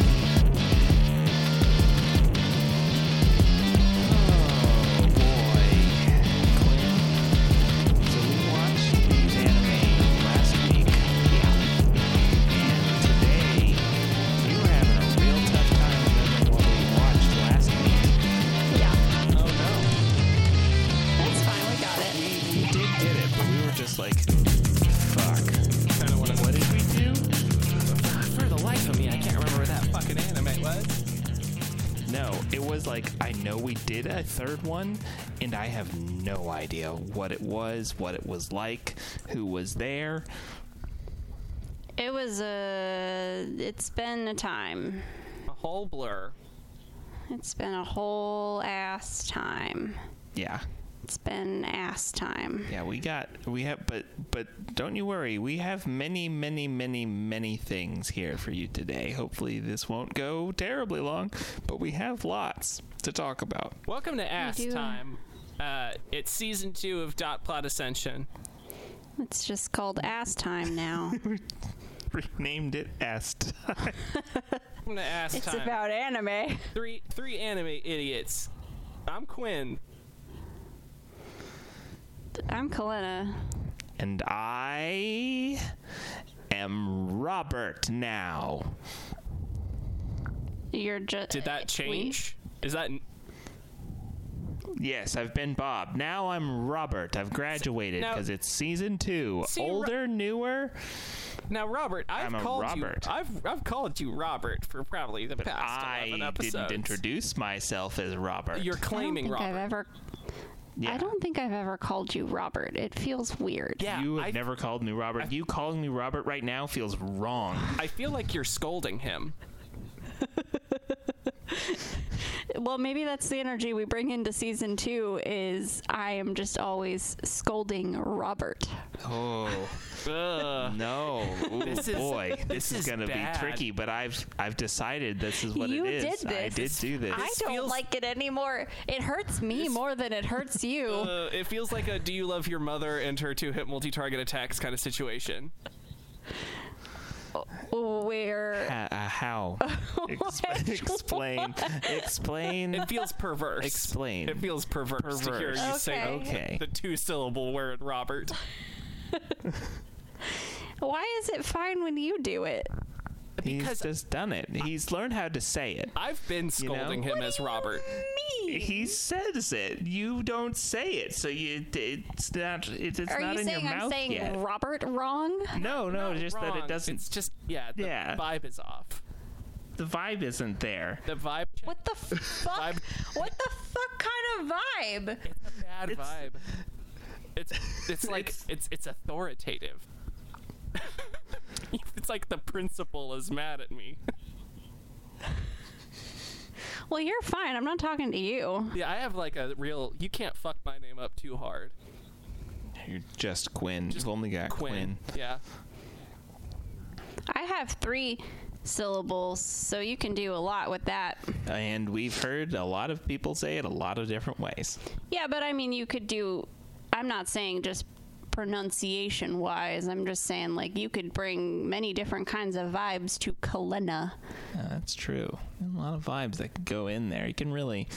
Oh, Oh, just like, fuck. Kind of what it What was. did we do? For the life of me, I can't remember what that Fucking anime was. No, it was like I know we did a third one, and I have no idea what it was, what it was like, who was there. It was a. It's been a time. A whole blur. It's been a whole ass time. Yeah, It's been ass time. yeah, we got we have, but but don't you worry, we have many, many, many, many things here for you today. Hopefully, this won't go terribly long, but we have lots to talk about. Welcome to Ass do. Time. Uh, it's season two of Dot Plot Ascension. It's just called ass time now. Renamed it Est. Welcome to Ass it's Time. about anime. three three anime idiots. I'm Quinn. I'm Kalina. and I am Robert now. You're just. Did that change? Is that Yes, I've been Bob. Now I'm Robert. I've graduated Now- because it's season two. See, Ro- Older, newer. now, Robert? I've I'm a called Robert. you. I've I've called you Robert for probably the past eleven I episodes. didn't introduce myself as Robert. You're I don't claiming think I've ever. Robert. yeah. I don't think I've ever called you Robert. It feels weird. yeah, you have I, never called me Robert. you calling me Robert right now feels wrong. I feel like you're scolding him. Well, maybe that's the energy we bring into season two. Is I am just always scolding Robert. Oh Ugh. no! Ooh, This is- boy, this, this is, is gonna bad. be tricky. But I've I've decided this is what you it is. did I this. did do this. I don't feels- like it anymore. It hurts me more than it hurts you. Uh, it feels like a "Do you love your mother?" and her two-hit multi-target attacks kind of situation. Where Ha- uh, how? Exp- explain. Explain. It feels perverse. Explain. It feels perverse, to hear you Perverse. say Okay. Okay. the two-syllable word Robert. why is it fine when you do it? He's because- just done it. He's learned how to say it. I've been know? scolding him as Robert. Me? He says it. You don't say it, so you it's not it's, it's Are not you in saying your I'm mouth saying yet. Robert wrong? no, no, Not just that wrong. it doesn't. It's just yeah, the Yeah. vibe is off. the vibe isn't there. The vibe. What the fuck? Vibe. what the fuck kind of vibe? a bad It's- vibe. It's it's like it's It's- it's, authoritative. it's like the principal is mad at me. Well, you're fine. I'm not talking to you. Yeah, I have like a real. You can't fuck my name up too hard. You're just Quinn. Just You've only got Quinn. Quinn. Yeah. I have three syllables, so you can do a lot with that. and we've heard a lot of people say it a lot of different ways. Yeah, but I mean, you could do. I'm not saying just pronunciation wise. I'm just saying like you could bring many different kinds of vibes to Kalena. Yeah, that's true. A lot of vibes that could go in there. You can really,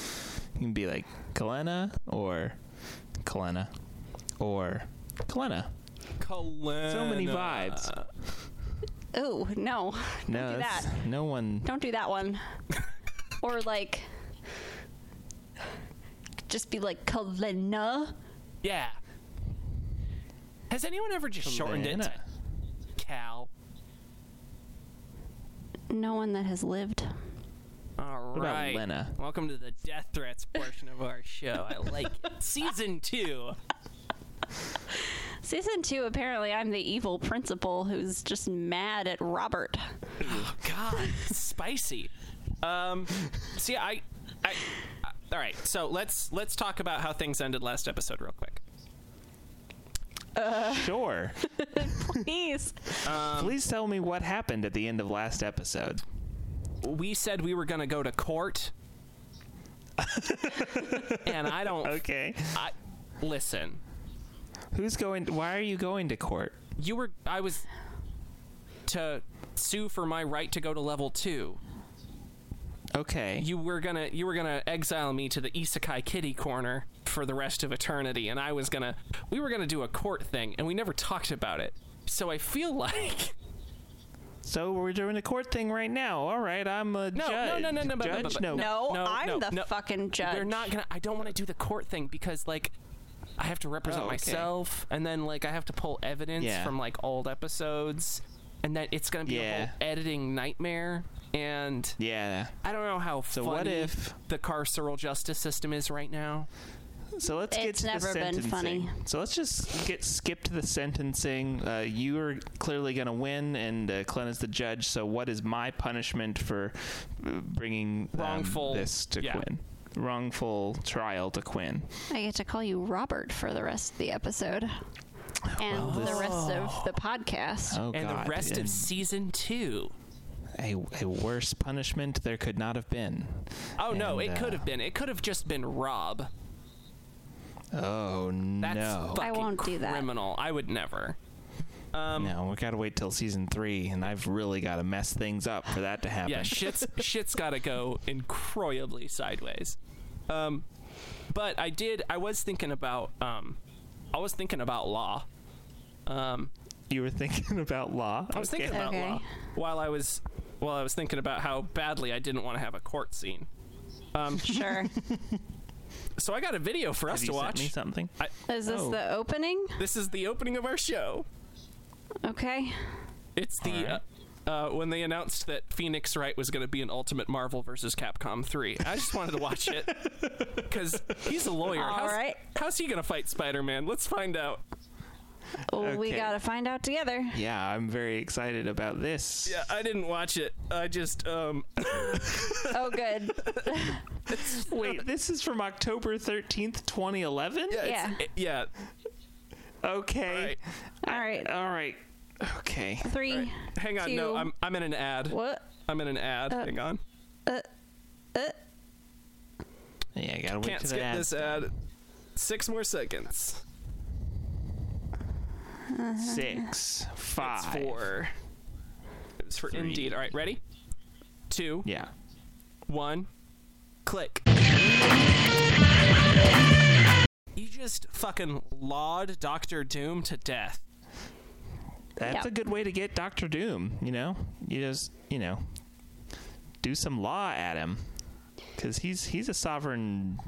you can be like Kalena or Kalena or Kalena. So Uh, many vibes. Oh no! No, do that's, that. no one. Don't do that one. or like, just be like Kalena. Yeah. Has anyone ever just shortened it to Kalena. Cal? No one that has lived. All right. about Lena? Welcome to the death threats portion of our show. I like it. season two. Season two, apparently, I'm the evil principal who's just mad at Robert. Oh God, spicy. Um, see, I, I, I- all right. So let's let's talk about how things ended last episode real quick. Sure. Please. Um, Please tell me what happened at the end of last episode. We said we were gonna go to court, and I don't. Okay. I, listen, Who's going? Why are you going to court? you were. I was to sue for my right to go to level two. Okay. You were gonna you were gonna exile me to the Isekai Kitty corner for the rest of eternity, and I was gonna we were gonna do a court thing, and we never talked about it. So I feel like so we're doing a court thing right now. All right. I'm a no, judge. no, no, no, but- judge. but- but- no. No, No, I'm no, the no. fucking judge. we're not gonna. I don't want to do the court thing because like I have to represent Oh, okay. myself, and then like I have to pull evidence Yeah. from like old episodes, and then it's gonna be a Yeah. whole editing nightmare. And Yeah. I don't know how So funny what if? the carceral justice system is right now. So let's get It's to never the been sentencing. funny. So let's just get skip to the sentencing. Uh, you are clearly going to win, and uh, Glenn is the judge. So what is my punishment for uh, bringing um, Wrongful- this to yeah. Quinn? Wrongful trial to Quinn. I get to call you Robert for the rest of the episode and the rest of the podcast. Oh and God! the rest and of season two. a, a worse punishment there could not have been. Oh no, And, it could uh, have been. It could have just been Rob. Oh That's no! fucking won't do that. criminal. I would never. no, we gotta wait till season three, and I've really gotta mess things up for that to happen. Yeah, shit's shit's got to go incredibly sideways. Um, but I did. I was thinking about. Um, I was thinking about law. Um, you were thinking about law. I was thinking about Okay. law while I was while I was thinking about how badly I didn't want to have a court scene. Sure. So I got a video for us Have you to sent me watch. something? Is this Oh. the opening? This is the opening of our show. Okay. It's the Alright. uh, uh, when they announced that Phoenix Wright was going to be an Ultimate Marvel versus Capcom 3. I just wanted to watch it because he's a lawyer. how's, Alright. how's he going to fight Spider Man? Let's find out. Well, We Okay. got to find out together. Yeah, I'm very excited about this. Yeah, I didn't watch it. I just um, Oh, good. Wait, this is from October 13th, 2011? yeah. it- yeah. Okay. All right. All right. Okay. Three. Hang on. No, Two. I'm I'm in an ad. What? Uh, I'm in an ad. Uh, Hang on. Yeah, I gotta wait Can't till skip the ad. this ad. Six more seconds. Six, It's five. for. It's for Indeed. All right, ready? Two. Yeah. one click. You just fucking laud Doctor Doom to death. That's Yep. a good way to get Doctor Doom, you know? You just, you know, do some law at him cuz he's he's a sovereign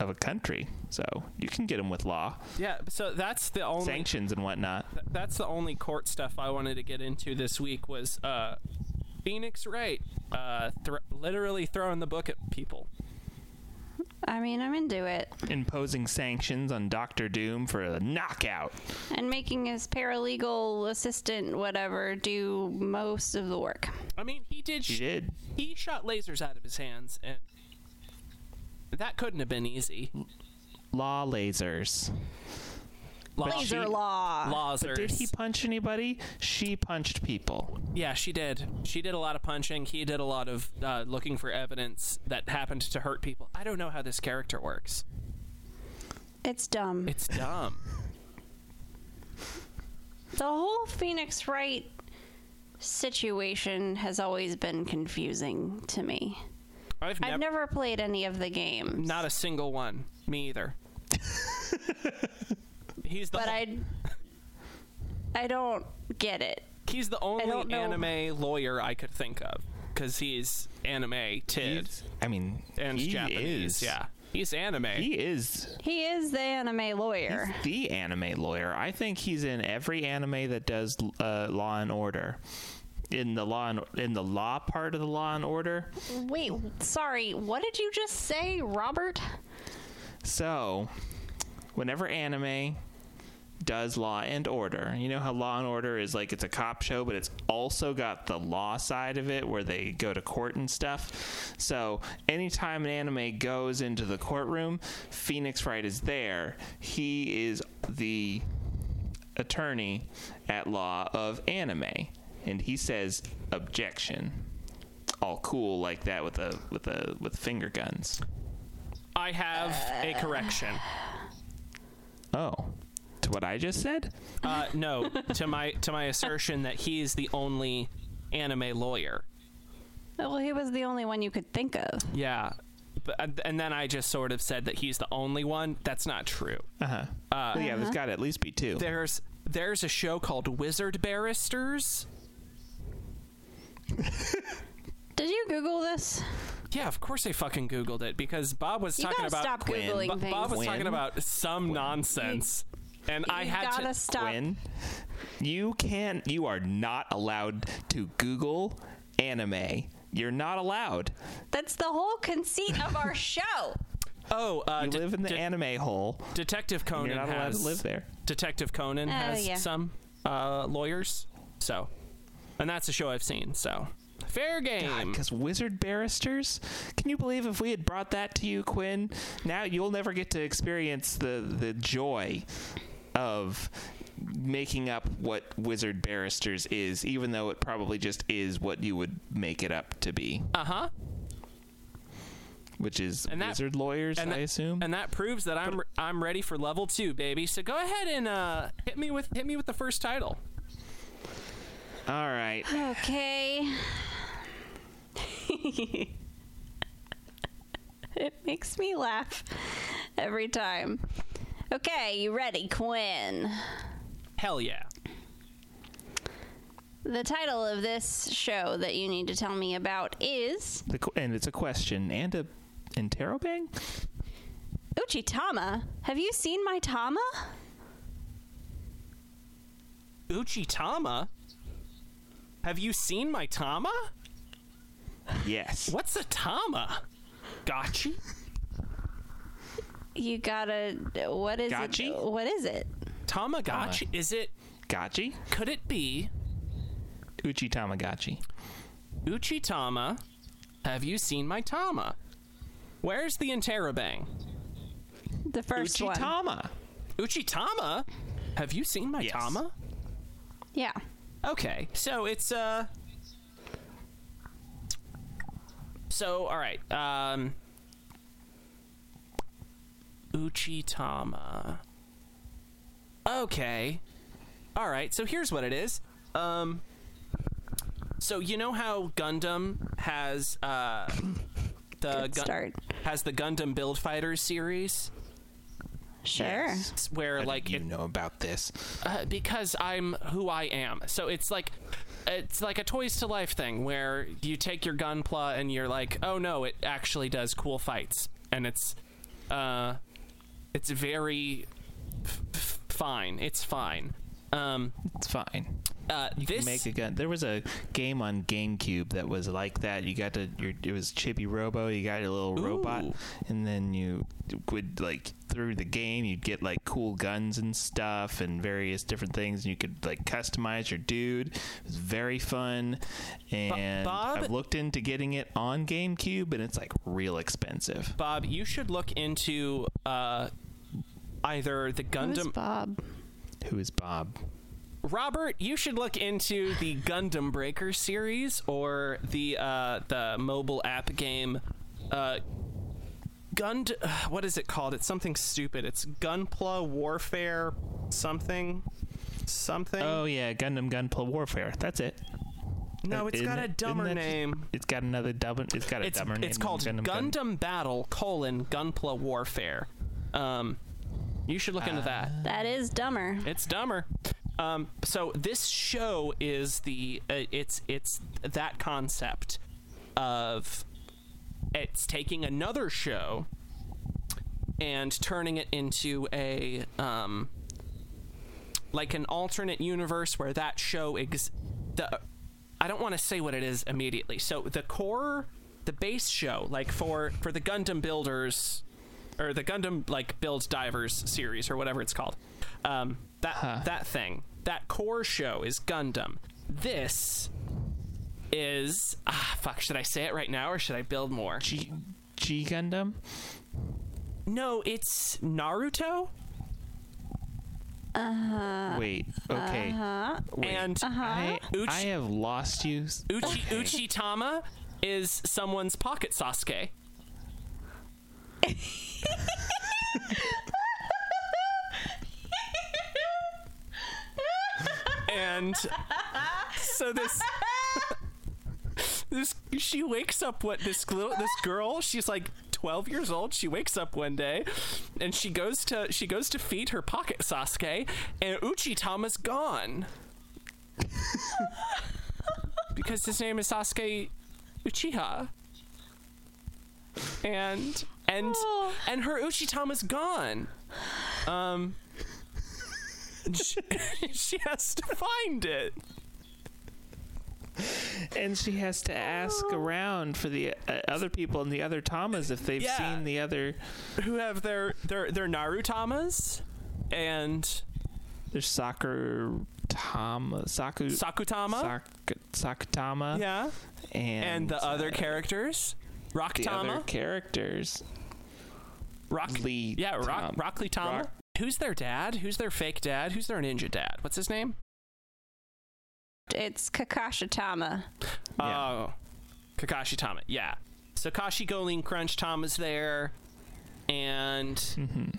of a country. So, you can get him with law, Yeah, so that's the only sanctions and whatnot. th- that's the only court stuff I wanted to get into this week was uh Phoenix Wright uh thr literally throwing the book at people. I mean, I'm into it. Imposing sanctions on Doctor Doom for a knockout. And making his paralegal assistant, whatever, do most of the work. I mean, he did She sh- did. he shot lasers out of his hands and that couldn't have been easy. Law lasers. Law- But she- Laser law. Lawsers. Did he punch anybody? She punched people. Yeah, she did. She did a lot of punching. He did a lot of uh, looking for evidence that happened to hurt people. I don't know how this character works. It's dumb. It's dumb. The whole Phoenix Wright situation has always been confusing to me. I've, nev- I've never played any of the games. not a single one. Me either. he's the but o- I I don't get it. he's the only don't know. anime lawyer I could think of because he's anime tid He's- I mean, and he Japanese. is. Yeah, he's anime. He is He is the anime lawyer. the anime lawyer. I think he's in every anime that does uh, Law and Order. In the law and in the law part of the Law and Order. Wait, sorry, what did you just say, Robert? So, whenever anime does Law and Order, you know how Law and Order is like it's a cop show, but it's also got the law side of it where they go to court and stuff. So, anytime an anime goes into the courtroom, Phoenix Wright is there. He is the attorney at law of anime, and he says objection. All cool like that with a with a with finger guns. I have a correction. Oh, to what I just said? Uh, no, to my to my assertion that he is the only anime lawyer. Well, he was the only one you could think of. Yeah. But, uh, and then I just sort of said that he's the only one. That's not true. Uh-huh. Well, yeah, there's got to at least be two. There's there's a show called Wizard Barristers. Did you Google this? Yeah, of course they fucking googled it because Bob was You talking gotta about stop Quinn. googling Bo- things. Bob was Quinn. talking about some nonsense, and I you had gotta to. stop. Quinn, you can't. You are not allowed to Google anime. You're not allowed. That's the whole conceit of our show. Oh, uh, You de- live in the de- anime hole. Detective and Conan You're not allowed has to live there. Detective Conan Oh, has yeah. some uh, lawyers, so, and that's a show I've seen. So, fair game. Because wizard barristers, can you believe if we had brought that to you, Quinn? Now you'll never get to experience the the joy of making up what wizard barristers is, even though it probably just is what you would make it up to be, Uh huh. which is And that- wizard lawyers, and I that- assume. And that proves that I'm I'm ready for level two, baby. So go ahead and uh, hit me with hit me with the first title. All right. Okay. it makes me laugh every time. Okay, you ready, Quinn? Hell yeah. The title of this show that you need to tell me about is The, qu- and it's a question and a interrobang? Uchitama. Have you seen my Tama? Uchitama? Have you seen my Tama? Yes. What's a Tama? Gotchi? You gotta. What is Gachi? it? What is it? Tamagotchi? Is it. Gachi? Could it be Uchi Tamagotchi. Uchitama? Have you seen my Tama? Where's the interrobang? The first Uchi one. Tama. Uchitama? Have you seen my Yes. Tama? Yeah. Okay, so it's uh. So all right, um. Uchitama. Okay. All right, so here's what it is. Um. So you know how Gundam has uh, the Good start. has the Gundam Build Fighters series Sure. It's where How do like you it, know about this. uh, because I'm who I am. So it's like it's like a Toys to Life thing where you take your gunpla and you're like, oh no, it actually does cool fights, and it's uh, it's very f- f- fine. It's fine. Um, It's fine. uh, this make a gun. There was a game on GameCube that was like that. You got to your it was Chippy Robo. You got your little robot, Ooh. and then you would like through the game you'd get like cool guns and stuff and various different things. And you could like customize your dude. It was very fun. And Bob? I've looked into getting it on GameCube, and it's like real expensive. Bob, you should look into uh, either the Who's Gundam Bob? Who is Bob? Robert, you should look into the Gundam Breaker series or the uh, the mobile app game. Uh, Gund, uh, what is it called? It's something stupid. It's Gunpla Warfare, something, something. Oh yeah, Gundam Gunpla Warfare. That's it. Uh, no, it's Isn't got it- a isn't dumber that just- name. It's got another dumb. It's got a It's dumber name. it's than called Gundam, Gun- Battle colon Gunpla Warfare. Um, you should look into that. That is dumber. It's dumber. Um, so this show is the uh, it's it's that concept of it's taking another show and turning it into a um, like an alternate universe where that show ex- the I don't want to say what it is immediately. So the core the base show like for for the Gundam builders or the Gundam like build divers series or whatever it's called. Um that that thing. That core show is Gundam. This is ah fuck should I say it right now or should I build more? G G Gundam. No, it's Naruto Wait. Okay. Wait. and I, Uchi- I have lost you. s- Uchi Uchitama is someone's pocket Sasuke. and so this this she wakes up what this gl- this girl she's like 12 years old she wakes up one day and she goes to she goes to feed her pocket Sasuke and Uchitama's gone because his name is Sasuke Uchiha. and and Oh. and her Ushitama's gone. Um, she, she has to find it. And she has to ask around for the uh, other people in the other Tamas if they've Yeah. seen the other. Who have their their their Narutamas and There's soccer Tama, Saku, Sakutama. Sak- Sakutama, yeah, and, and the other uh, characters. the other Rocktama. characters. Rock Lee Yeah, Rock Tom. Rockley Tama. Rock- Who's their dad? Who's their fake dad? Who's their ninja dad? What's his name? It's Kakashitama. Yeah. Oh. Kakashi Tama. Yeah. So Kashi Golin Crunch Tama's there and Mm-hmm.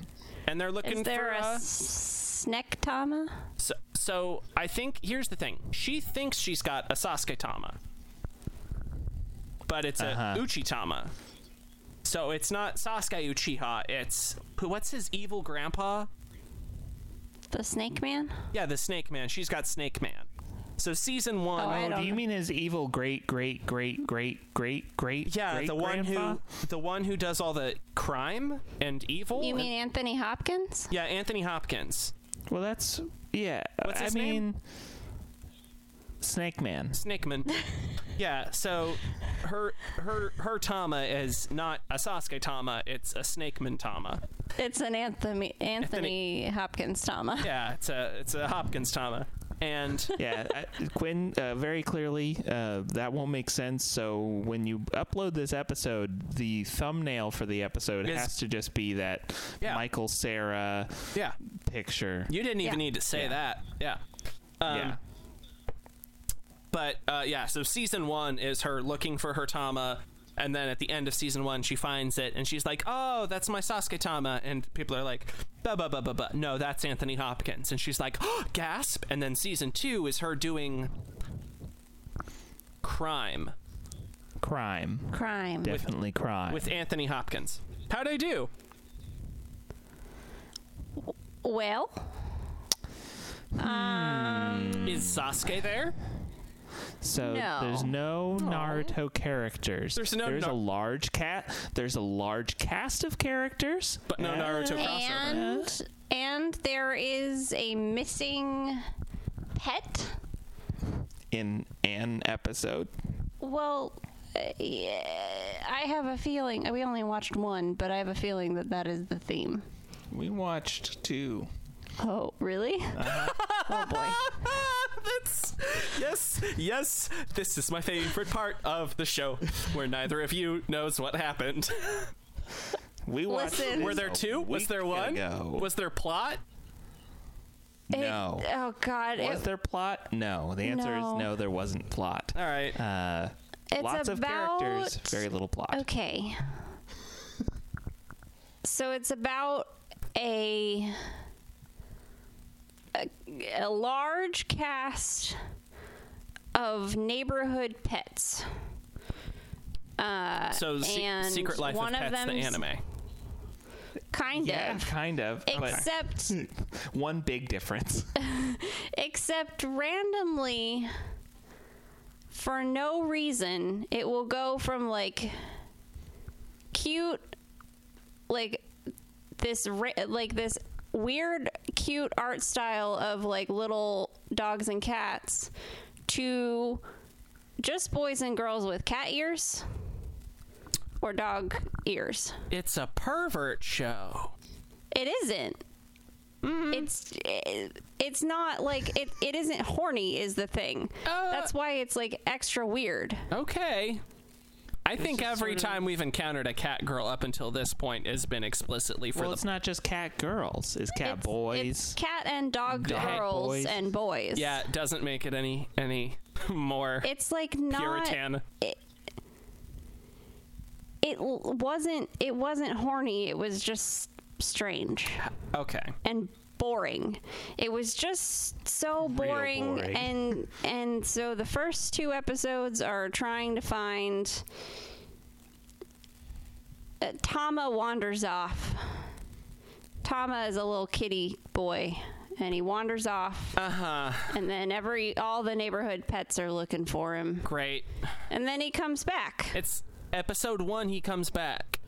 and they're looking Is there for a uh, s- Snake Tama? so, so I think here's the thing. She thinks she's got a Sasuke Tama. But it's Uh-huh. a Uchi Tama. So it's not Sasuke Uchiha, it's who what's his evil grandpa? The Snake Man? Yeah, the Snake Man. She's got Snake Man. So season one Oh, I Oh, don't do you know. mean his evil great great great great great great? Yeah, great the one grandpa? who the one who does all the crime and evil. You mean Anthony Hopkins? yeah, Anthony Hopkins, Well, that's yeah. What's his I name? mean, Snake Man. Snakeman. yeah, so her her her Tama is not a Sasuke Tama, it's a Snakeman Tama. It's an Anthony Anthony Hopkins Tama. Yeah, it's a it's a Hopkins Tama. And yeah, I, Quinn, uh, very clearly, uh, that won't make sense. So when you upload this episode, the thumbnail for the episode Is- has to just be that Yeah. Michael Sarah yeah, picture. you didn't even Yeah. need to say Yeah. that. Yeah. Um, yeah. But uh, yeah, so season one is her looking for her Tama, and then at the end of season one, she finds it, and she's like, "Oh, that's my Sasuke Tama," and people are like, "Bah bah bah bah bah." No, that's Anthony Hopkins, and she's like, oh, "Gasp!" And then season two is her doing crime Crime. Crime. Definitely crime. with Anthony Hopkins. How'd I do? Well, Is Sasuke there? so No. there's no Naruto characters. There's no There's Nar- a large cat. There's a large cast of characters. But no Naruto crossover. and and there is a missing pet. in an episode. Well, uh, yeah, I have a feeling we only watched one, but I have a feeling that that is the theme. We watched two. Oh, really? Uh-huh. oh boy. That's yes, yes. This is my favorite part of the show, where neither of you knows what happened. We watched. Listen. Were there this a two? Was week there one? ago. Was there plot? no. It- oh God. Was it- there plot? No. The answer No. is no. There wasn't plot. All right. Uh, It's lots of characters, about- very little plot. Okay. So it's about a, a a large cast of neighborhood pets. Uh, so, Se- and Secret Life one of Pets, the them's anime. kind Yeah, of. kind of. But Except, one big difference. except randomly, for no reason, it will go from like cute, like this, ra- like this weird, cute art style of like little dogs and cats to just boys and girls with cat ears or dog ears. It's a pervert show. It isn't. It's it, it's not like it, it isn't horny is the thing. Uh, That's why it's like extra weird. Okay. I think every time we've encountered a cat girl up until this point has been explicitly for well, the it's not just cat girls. It's cat It's- it's boys. cat and dog, Dog girls boys. and boys. yeah. It doesn't make it any any more It's like not Puritan. it l- wasn't it wasn't horny. It was just strange Okay. and boring. It was just so boring, boring. and and so the first two episodes are trying to find uh, Tama wanders off. Tama is a little kitty boy and he wanders off Uh huh. and then every all the neighborhood pets are looking for him Great. and then he comes back. It's Episode one, he comes back.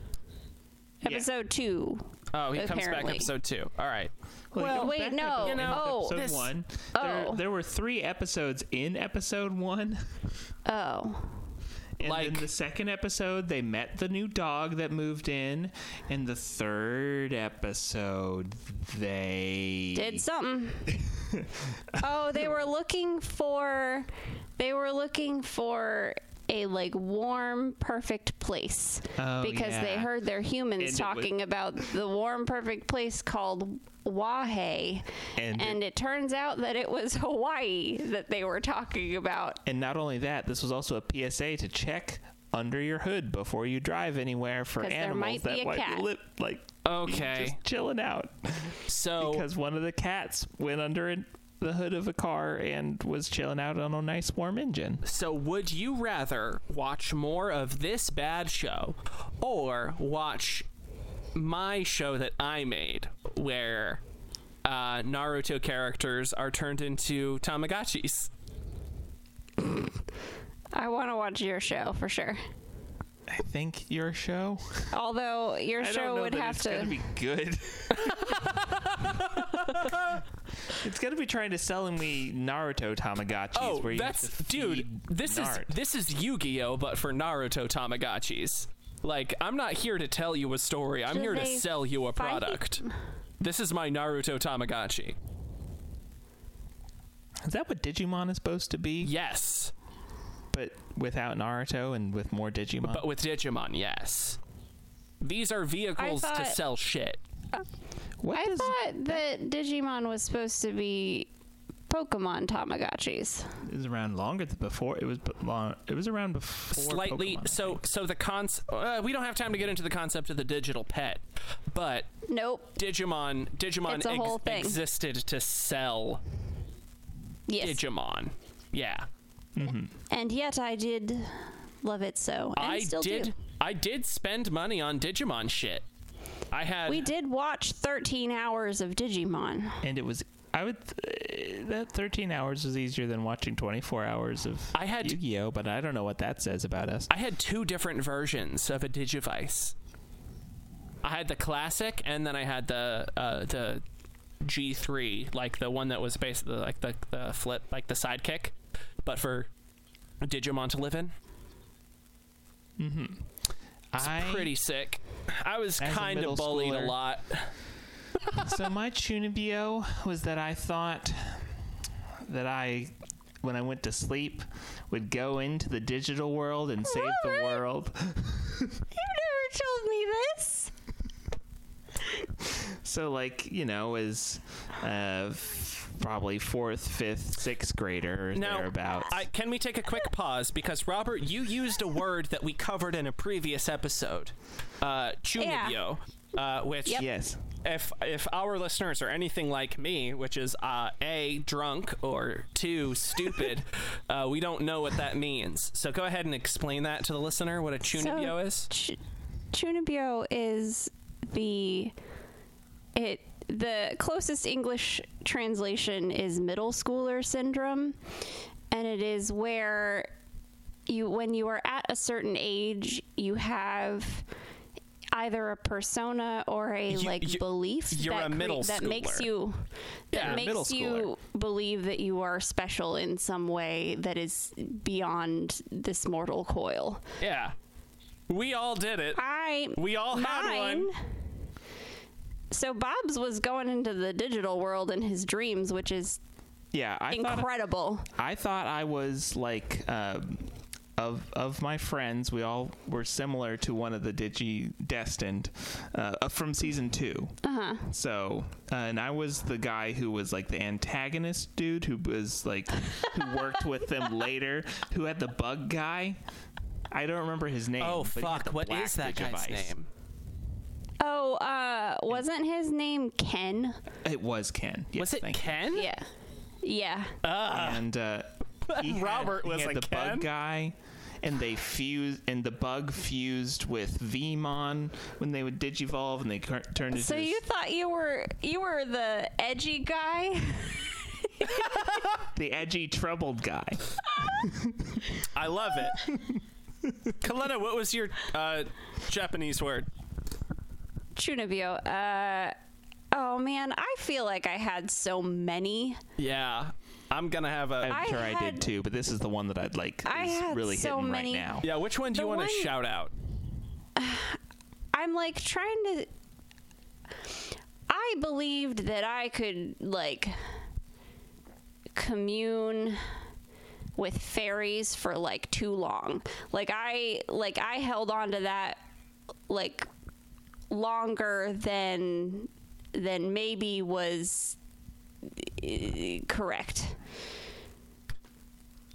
Episode two. Oh, he comes back Apparently. episode two. All right. Well, wait, back to no. the You know, end of oh, episode this- one. oh. There, there were three episodes in episode one, Oh. and Like- then the second episode they met the new dog that moved in, and the third episode they did something. oh, they were looking for they were looking for a like warm perfect place Oh, because they yeah. heard their humans And it wa- talking about the warm perfect place called Wahe And and, it- it turns out that it was Hawaii that they were talking about And not only that, this was also a PSA to check under your hood before you drive anywhere for 'Cause there animals might that be a might cat. be lip, like Okay. just chilling out Oh. So because one of the cats went under an- the hood of a car and was chilling out on a nice warm engine. So, would you rather watch more of this bad show or watch my show that I made where uh, Naruto characters are turned into Tamagotchis? I want to watch your show for sure. I think your show. Although your I don't show know would that have it's to gonna be good. it's gonna be trying to sell me Naruto Tamagotchis. Oh, where you have that's to dude. feed This Nart. is this is Yu-Gi-Oh, but for Naruto Tamagotchis. Like, I'm not here to tell you a story. I'm Do here to they sell you a fight? product. This is my Naruto Tamagotchi. is that what Digimon is supposed to be? Yes, but without Naruto and with more Digimon. but with Digimon, yes. These are vehicles to thought- sell shit. what I does- thought that Digimon was supposed to be Pokemon Tamagotchis. it was around longer than before. It was b- long, It was around before. slightly Pokemon. so so the cons uh, we don't have time to get into the concept of the digital pet but Nope. digimon digimon It's a whole thing. existed to sell Yes. digimon yeah and yet I did love it so. And i still did do. i did spend money on digimon shit i had We did watch 13 hours of Digimon. and it was. I would th- uh, that 13 hours was easier than watching 24 hours of I had- Yu-Gi-Oh, but I don't know what that says about us. i had two different versions of a digivice i had the classic and then i had the uh the g3 like the one that was basically like the, the flip like the sidekick but for digimon to live in I pretty sick. I was As a kind middle of bullied schooler. a lot. so my Chunibyo was that I thought that I when I went to sleep would go into the digital world Oh, and save the Alright. world. You never told me this. So, like, you know, as uh, f- probably fourth, fifth, sixth grader or Now, thereabouts. I, can we take a quick pause because Robert, you used a word that we covered in a previous episode, uh, chunibyo, uh, which Yes. if if our listeners are anything like me, which is uh, a drunk or two stupid, uh, we don't know what that means. So go ahead and explain that to the listener what a chunibyo is. Ch- Chunibyo is the it the closest English translation is middle schooler syndrome, and it is where you when you are at a certain age you have either a persona or a You- like you- belief you're that, a middle that makes schooler. you that Yeah, middle makes you believe that you are special in some way that is beyond this mortal coil. Yeah, we all did it. I We all had mine- one. So Bob's was going into the digital world in his dreams, which is Yeah. I thought incredible. I thought I was like um, of of my friends. We all were similar to one of the Digi Destined uh, uh, from season two. Uh-huh. So, uh, and I was the guy who was like the antagonist dude who was like who worked with them later. Who had the bug guy? I don't remember his name. Oh but he had fuck! the What black is that guy's Digivice. name? oh, uh, wasn't his name Ken? It was Ken. Yes, Was it thank you. Ken? Yeah, yeah. and uh, he had- Robert he was had like, the "Ken?" bug guy, and they fused, and the bug fused with Vmon when they would digivolve, and they cur- turned into. so this- you thought you were you were the edgy guy? the edgy troubled guy. I love it. Kalena, what was your uh, Japanese word? Chunibyo. Uh, oh man, I feel like I had so many. Yeah, I'm gonna have a. I I'm sure I had- did too, but this is the one that I'd like I is had really so hitting many- right now. yeah, which one do The you want one- to shout out? I'm like trying to. I believed that I could like commune with fairies for like too long. Like I like I held on to that like longer than than maybe was eh, correct.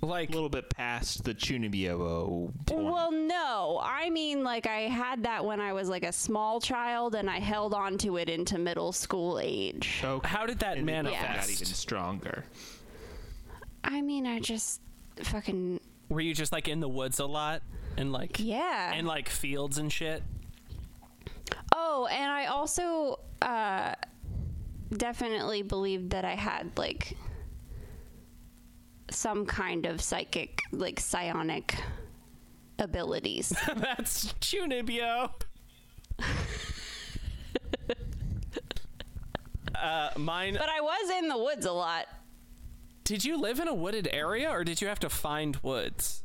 Like, A little bit past the Chunibyo point. Well, no. I mean, like, I had that when I was like a small child and I held on to it into middle school age. Okay. how did that And it got manifest? even stronger. I mean, I just fucking. Were you just like in the woods a lot and like Yeah. and like fields and shit? Oh, and I also uh, definitely believed that I had like some kind of psychic, like psionic abilities. That's Chunibyo. uh, mine. but I was in the woods a lot. Did you live in a wooded area or did you have to find woods?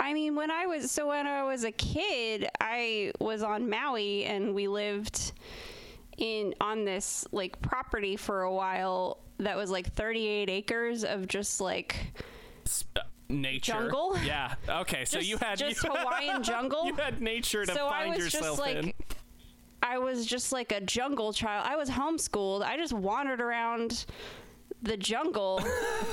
I mean, when I was so when I was a kid, I was on Maui and we lived in on this like property for a while that was like 38 acres of just like S- uh, Nature. Jungle? Yeah. Okay. So just, you had just you, Hawaiian jungle. you had nature to so I find was just yourself like in. I was just like a jungle child. I was homeschooled. I just wandered around the jungle.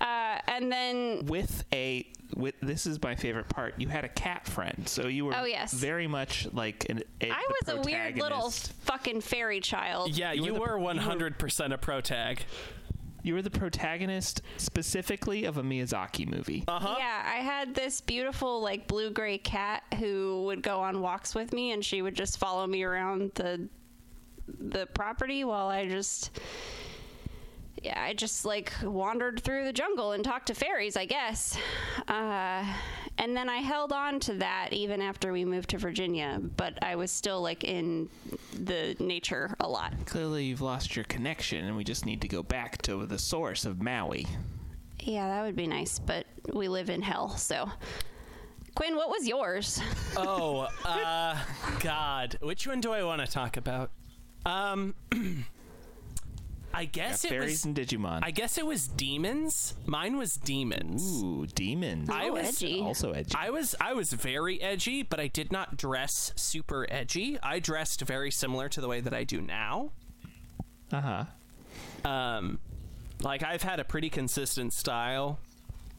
uh, and then With a with this is my favorite part. You had a cat friend, so you were Oh, yes. very much like an. a- I the was a weird little protagonist. fucking fairy child. Yeah, you, you were the- were you were- 100% a pro tag. You were the protagonist specifically of a Miyazaki movie. Uh, Uh-huh. Yeah, I had this beautiful like blue gray cat who would go on walks with me and she would just follow me around the the property while I just yeah, I just like wandered through the jungle and talked to fairies, I guess. Uh, and then I held on to that even after we moved to Virginia, but I was still like in the nature a lot. Clearly, you've lost your connection, and we just need to go back to the source of Maui. Yeah, that would be nice, but we live in hell, so. Quinn, what was yours? Oh, uh, God. Which one do I want to talk about? Um, I guess it Fairies was. and Digimon. I guess it was demons. Mine was demons. Ooh, demons. I Oh, was edgy. also edgy. I was I was very edgy, but I did not dress super edgy. I dressed very similar to the way that I do now. Uh huh. Um, like I've had a pretty consistent style.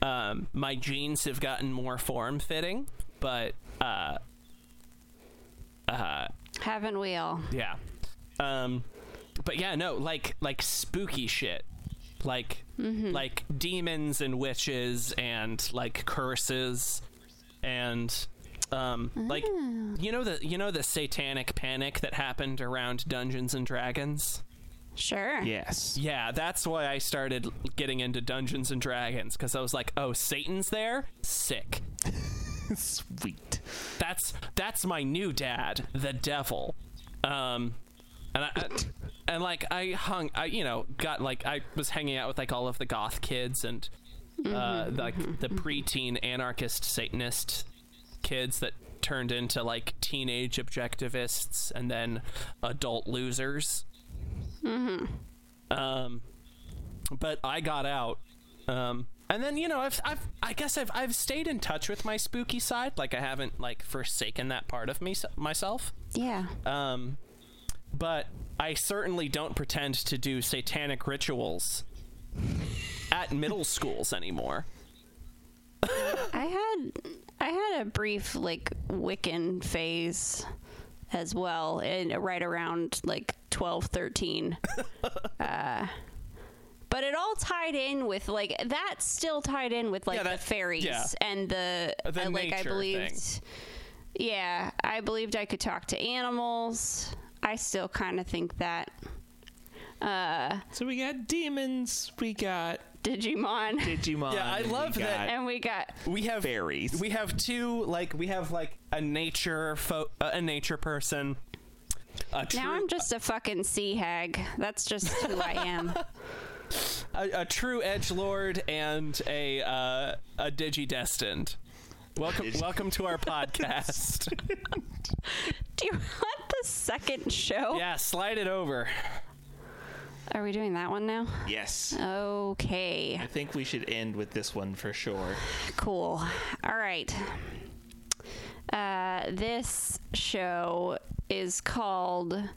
Um, my jeans have gotten more form fitting, but uh, Haven't we all? yeah. Um, but yeah, no, like like spooky shit, like like demons and witches and like curses and um like you know the you know the satanic panic that happened around Dungeons and Dragons. Sure. Yes. Yeah, that's why I started l- getting into Dungeons and Dragons because I was like, oh, Satan's there, sick. Sweet. That's that's my new dad, the devil. Um, and I, I- and like I hung, I you know got like I was hanging out with like all of the goth kids and uh, like the preteen anarchist Satanist kids that turned into like teenage objectivists and then adult losers. Um, but I got out. Um, and then you know, I've, I've, I guess I've, I've stayed in touch with my spooky side. Like I haven't like forsaken that part of me myself. Yeah. Um, but I certainly don't pretend to do satanic rituals at middle schools anymore. I had I had a brief like Wiccan phase as well and right around like 12 13 uh, but it all tied in with like that still tied in with like Yeah, that- the fairies yeah. and the, The uh, like I nature believed yeah I believed I could talk to animals I still kind of think that So we got demons, we got Digimon. Digimon. Yeah, I and we love that- got and we got we have Fairies. We have two like we have like a nature fo- uh, a nature person. A true, now I'm just a fucking sea hag. That's just who I am. a, a true edge lord and a uh, a digi destined. Welcome, welcome to our podcast. Do you want the second show? yeah, slide it over. Are we doing that one now? Yes. Okay. I think we should end with this one for sure. Cool. All right. Uh, this show is called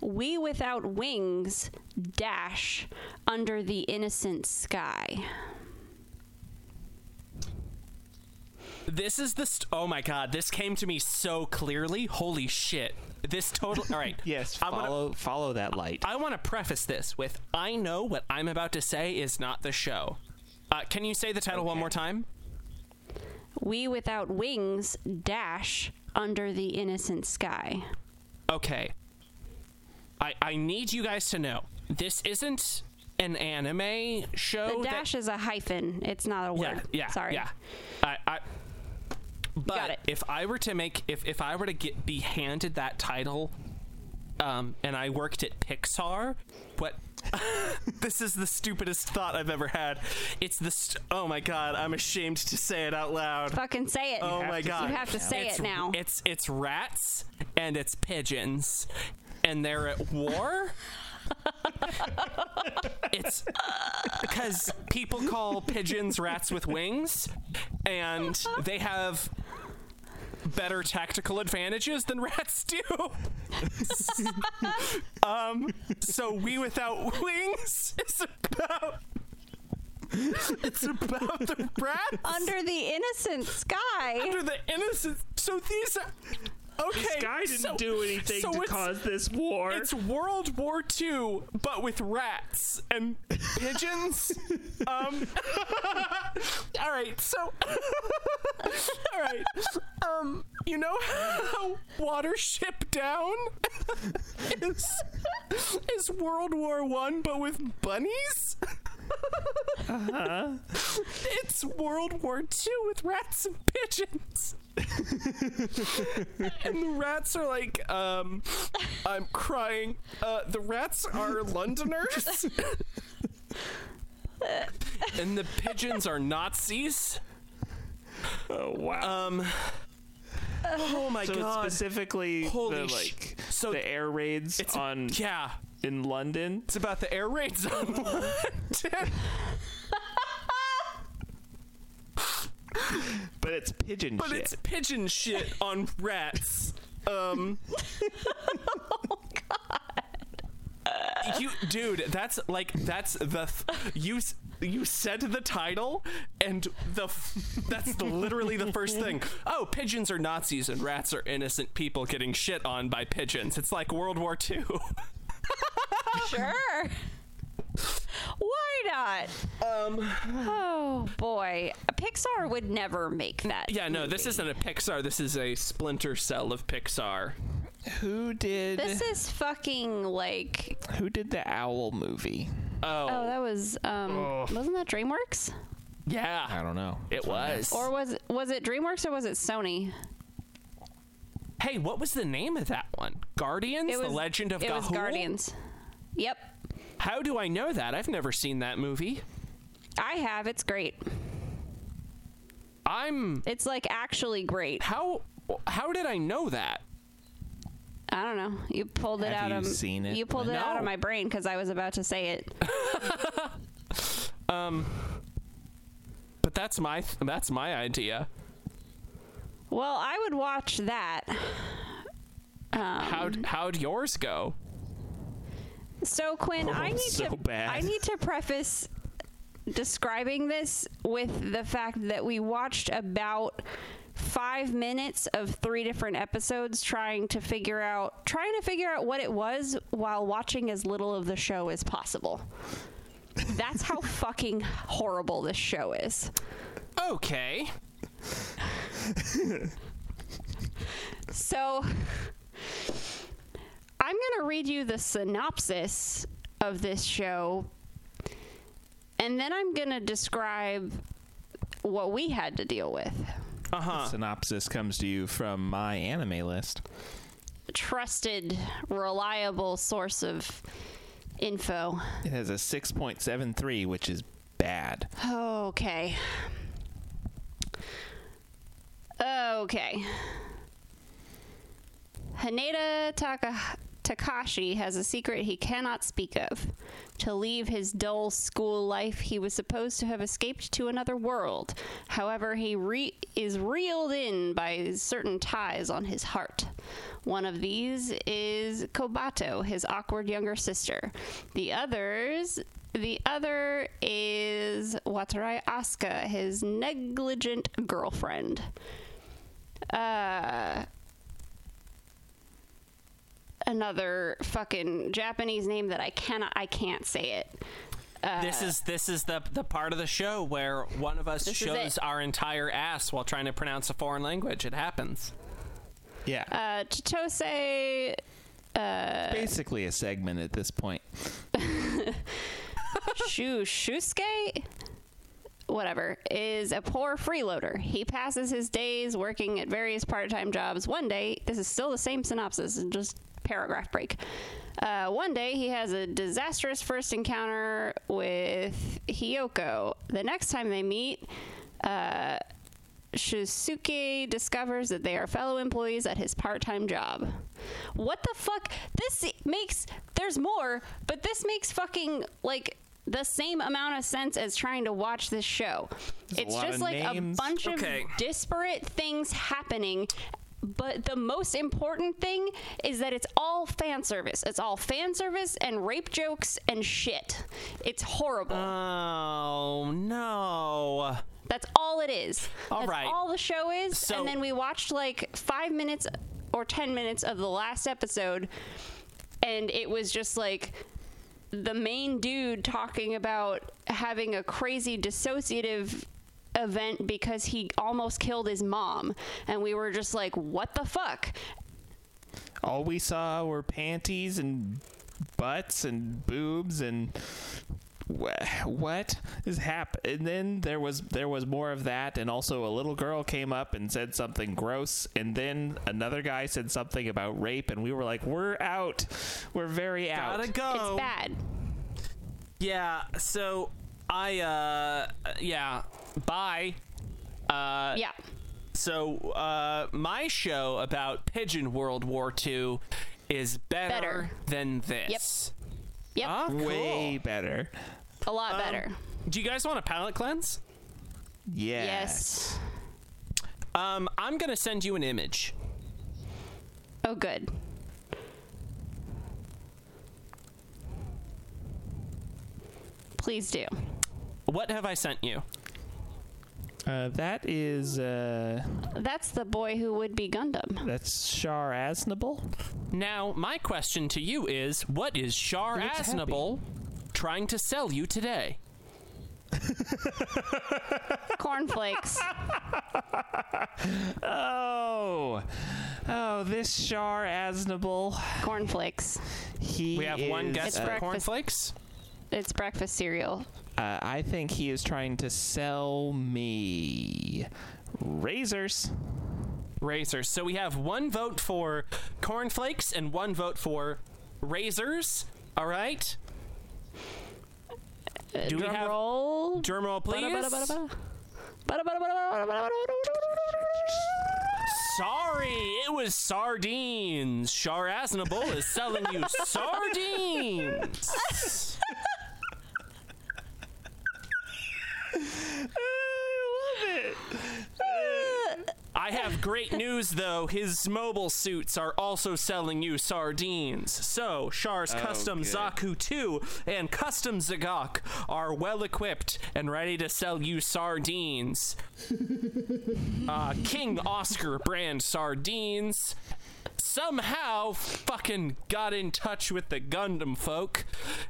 We Without Wings Dash Under the Innocent Sky. This is the st- oh my god! This came to me so clearly. Holy shit! This total. All right. Yes, I'm gonna- follow follow that light. I want to preface this with I know what I'm about to say is not the show. Uh, can you say the title one Okay. more time? We Without Wings Dash Under the Innocent Sky. Okay. I I need you guys to know this isn't an anime show. The Oh, that- dash is a hyphen. It's not a yeah, word. yeah, Sorry. yeah. I, I but got it. if I were to make if if I were to get be handed that title, um, and I worked at Pixar, what? this is the stupidest thought I've ever had. It's the st- oh my god! I'm ashamed to say it out loud. Fucking say it. Oh have my to god! say You have to say it's, it now. It's it's rats and it's pigeons, and they're at war. it's because people call pigeons rats with wings, and they have better tactical advantages than rats do. um, so we without wings is about. It's about the rats Under the innocent sky. under the innocent. So these. are- Okay. so- so it's- this war. It's World War II, but with rats and pigeons. um. all right. So. all right. Um. You know how Watership Down is is World War One, but with bunnies. It's World War II with rats and pigeons. and the rats are like, um, I'm crying. Uh, the rats are Londoners. and the pigeons are Nazis. oh wow. Um, oh my so it's god. specifically Holy the, sh- like so the air raids it's- on yeah, in London. it's about the air raids on London. But it's pigeon But shit. it's pigeon shit on rats. Um. You, dude, that's like that's the th- you s- you said the title and the f- that's the, literally the first thing. Oh, pigeons are Nazis and rats are innocent people getting shit on by pigeons. It's like World War II. Sure. Why not? Um. Oh boy, Pixar would never make that. Yeah, no, this movie. isn't a Pixar. This is a splinter cell of Pixar. who did This is fucking like. who did the owl movie? Oh, that was um. Oh. Wasn't that DreamWorks? yeah, I don't know. it was. Or was it, was it DreamWorks or was it Sony? Hey, what was the name of that one? Guardians, It was The Legend of It Gahul. was Guardians. Yep, How do I know that? I've never seen that movie. I have. It's great. I'm It's like actually great. how how did I know that? I don't know. You pulled it Have out you of seen it? You pulled it out of No. my brain because I was about to say it. But that's my that's my idea. Well, I would watch that. Um. How'd how'd yours go? So Quinn, I Oh, need so to bad. I need to preface describing this with the fact that we watched about 5 minutes of three different episodes trying to figure out trying to figure out what it was while watching as little of the show as possible. That's how fucking horrible this show is. Okay. So I'm going to read you the synopsis of this show and then I'm going to describe what we had to deal with. Uh huh. Synopsis comes to you from my anime list. Trusted, reliable source of info. It has a 6.73, which is bad. Okay. Okay. Haneda Taka- Takashi has a secret he cannot speak of. To leave his dull school life, he was supposed to have escaped to another world. However, he re- is reeled in by certain ties on his heart. One of these is Kobato, his awkward younger sister. The others the other is Watarai Asuka, his negligent girlfriend. Uh, another fucking Japanese name that I cannot, I can't say it. Uh. this is this is the the part of the show where one of us This is shows it. our entire ass while trying to pronounce a foreign language. It happens. Yeah. Uh, Chitose Uh, basically a segment at this point. Shu Shusuke, whatever, is a poor freeloader. He passes his days working at various part-time jobs. One day, this is still the same synopsis, it's just paragraph break. Uh, one day, he has a disastrous first encounter with Hyoko. The next time they meet, uh, Shusuke discovers that they are fellow employees at his part time job. What the fuck? This makes. There's more, but this makes fucking, like, the same amount of sense as trying to watch this show. There's a it's lot just of like names. a bunch Okay. of disparate things happening. But the most important thing is that it's all fan service. It's all fan service and rape jokes and shit. It's horrible. Oh no. That's all it is. All That's right. all the show is. So- and then we watched like five minutes or ten minutes of the last episode, and it was just like the main dude talking about having a crazy dissociative event because he almost killed his mom, and we were just like, "What the fuck?" All we saw were panties and butts and boobs and wha- what is happening? And then there was there was more of that, and also a little girl came up and said something gross, and then another guy said something about rape, and we were like, "We're out, we're very out." Gotta go. It's bad. Yeah. So I uh yeah. Bye. Uh, yeah. So uh, my show about Pigeon World War II is better, Better. than this. Yep. Ah, cool. Way better. a lot Um, better. Do you guys want a palate cleanse? Yes. Yes. Um, I'm gonna send you an image. Oh, good. Please do. What have I sent you? Uh, that is uh, That's the boy who would be Gundam. that's Shar Aznable. Now, my question to you is, what is Shar Looks happy. Asnable trying to sell you today? Cornflakes. Oh, oh, this Shar Aznable. Cornflakes. He We have one is, guess It's for breakfast. cornflakes. It's breakfast cereal. Uh, I think he is trying to sell me razors. Razors. So we have one vote for cornflakes and one vote for razors. All right. Uh, Do we Drum have roll. drum roll, please? Bada, bada, bada, bada. Bada, bada, bada, bada, bada, bada, bada. Sorry, it was sardines. Shar Aznable is selling you sardines. I have great news though. His mobile suits are also selling you sardines. So, Oh, Shar's custom Zaku 2 and custom Zagok are well equipped and ready to sell you sardines. uh, King Oscar brand sardines somehow fucking got in touch with the Gundam folk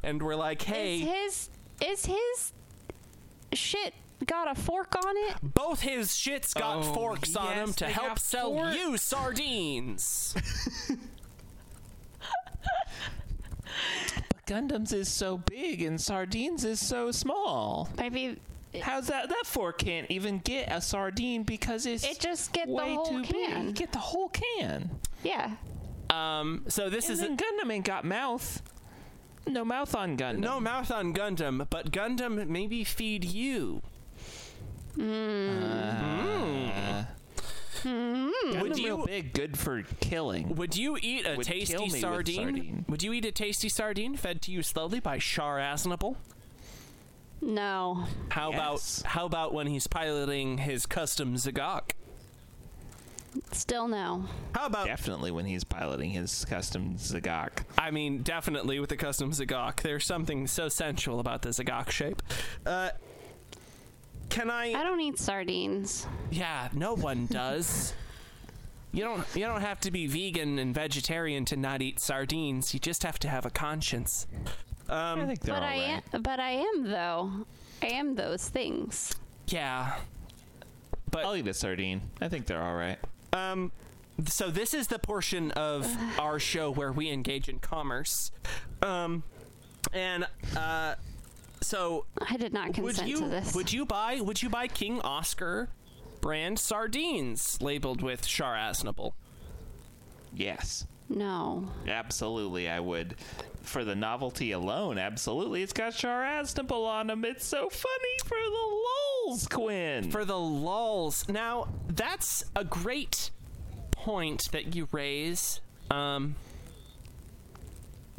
and were like, Is hey, his is his shit got a fork on it? both his shit's got Oh, forks on yes, them to they help got sell forks. you sardines. Gundams is so big and sardines is so small. Maybe it, How's that? That fork can't even get a sardine because it's it just get the way whole too big. can. You get the whole can. Yeah. Um, so this And is then Gundam ain't got mouth. No mouth on Gundam. no mouth on Gundam, but Gundam maybe feed you. Hmm. Hmm. Gundam Would real you- big, good for killing. Would you eat a Would kill tasty me with sardine? sardine. Would you eat a tasty sardine fed to you slowly by Shar Aznable? No. How Yes. about how about when he's piloting his custom Zagok? Still no. How about Definitely when he's piloting his custom Zagok. I mean, definitely with the custom Zagok. There's something so sensual about the Zagok shape. Uh, can I? I don't eat sardines. yeah, no one does. you don't. You don't have to be vegan and vegetarian to not eat sardines. You just have to have a conscience. Um, I think they're but all I right. am but I am though. I am those things. Yeah. I'll eat a sardine. I think they're all right. Um, so this is the portion of our show where we engage in commerce. Um, and uh, so I did not would consent you to this. would you buy would you buy King Oscar brand sardines labeled with Shar Aznable? Yes. no. Absolutely, I would. For the novelty alone, absolutely. It's got Char Aznable on them. It's so funny for the lulz, Quinn. For the lulls. Now that's a great point that you raise. Um,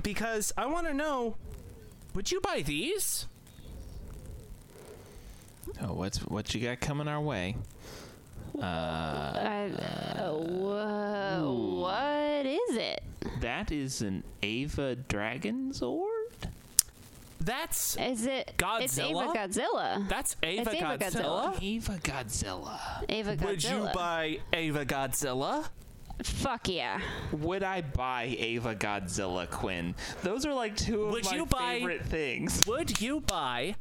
because I want to know, would you buy these? oh, what's what you got coming our way? I, uh, wha- what is it? That is an Ava Dragonzord. That's Is it It's Ava Godzilla? Godzilla. that's Ava Ava Godzilla. Godzilla. Ava Godzilla. Ava Godzilla. Would you buy Ava Godzilla? Fuck yeah. Would I buy Ava Godzilla, Quinn? Those are like two of Would my you buy- favorite things. Would you buy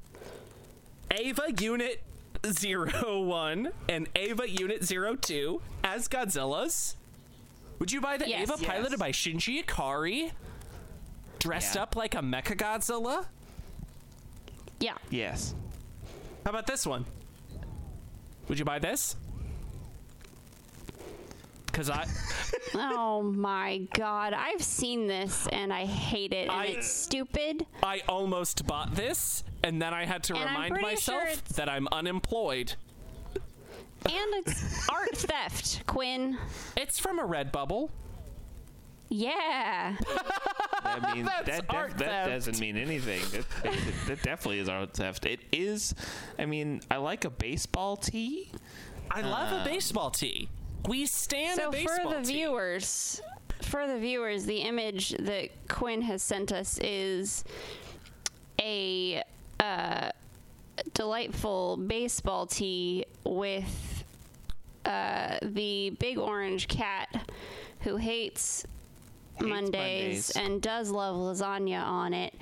Ava Unit 01 and Ava Unit 02 as Godzillas? Would you buy the Yes. Ava Yes. piloted by Shinji Ikari dressed Yeah. up like a Mecha Godzilla? Yeah. Yes. How about this one? Would you buy this? Cuz I Oh my god. I've seen this and I hate it. And I- it's stupid. I almost bought this and then I had to And I'm remind pretty myself sure it's- that I'm unemployed. And it's art theft, Quinn. It's from a Redbubble. Yeah. I mean, That's that, def- that art theft. doesn't mean anything. That, that, that definitely is art theft. It is. I mean, I like a baseball tee. I love Uh, a baseball tee. We stand a so for baseball the tee. viewers for the viewers the image that quinn has sent us is a uh, delightful baseball tee with uh, the big orange cat who hates Mondays, Mondays. and does love lasagna on it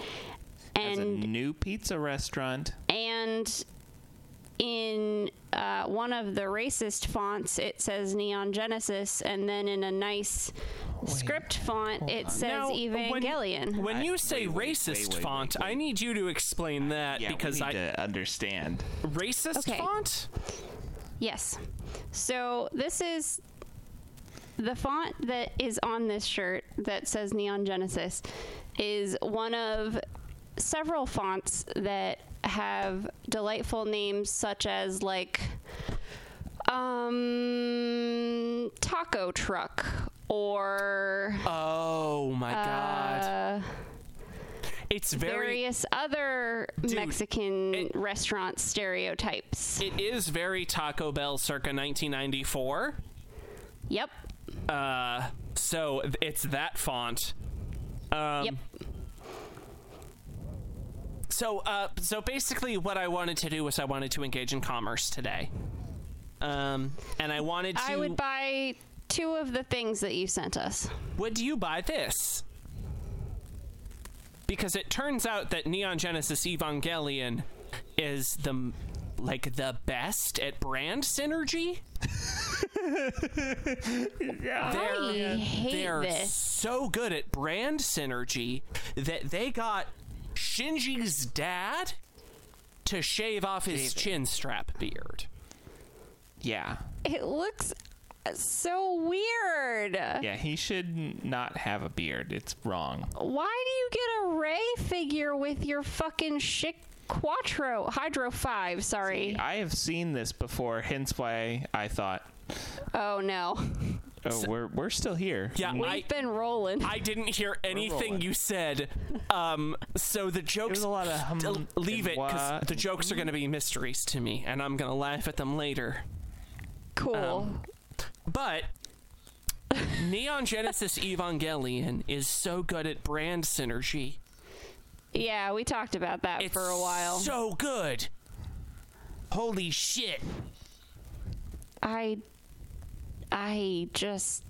As a and new pizza restaurant. and in uh, one of the racist fonts, it says Neon Genesis, and then in a nice script font, it says Now, when- Evangelion. When, I- you say wait, wait, racist wait, wait, font, wait, wait. I need you to explain that Yeah, because we I need to understand. racist Okay. font. yes. So this is the font that is on this shirt that says Neon Genesis is one of several fonts that have delightful names such as like um taco truck or Oh my uh, god! It's very. various other Dude, Mexican it- restaurant stereotypes. It is very Taco Bell circa 1994. yep. Uh, so th- it's that font. Um, yep. So, uh, so basically, what I wanted to do was I wanted to engage in commerce today. Um, and I wanted to. I would buy two of the things that you sent us. would you buy this? Because it turns out that Neon Genesis Evangelion is the m- like the best at brand synergy. I They're hate they're this. so good at brand synergy that they got Shinji's dad to shave off his chin strap beard. Yeah. It looks so weird. Yeah, he should n- not have a beard. It's wrong. Oh. Why do you get a Ray figure with your fucking shit Quattro Hydro 5? Sorry. I have seen this before, hence why I thought, oh no. oh, we're, we're still here. Yeah, Mm. I We've been rolling. I didn't hear anything rolling. you said. Um, so the jokes. was a lot of um, hum L- leave it and because wah. the jokes are going to be mysteries to me, and I'm going to laugh at them later. cool. um, But Neon Genesis Evangelion is so good at brand synergy. yeah, we talked about that It's for a while. so good. Holy shit! I I just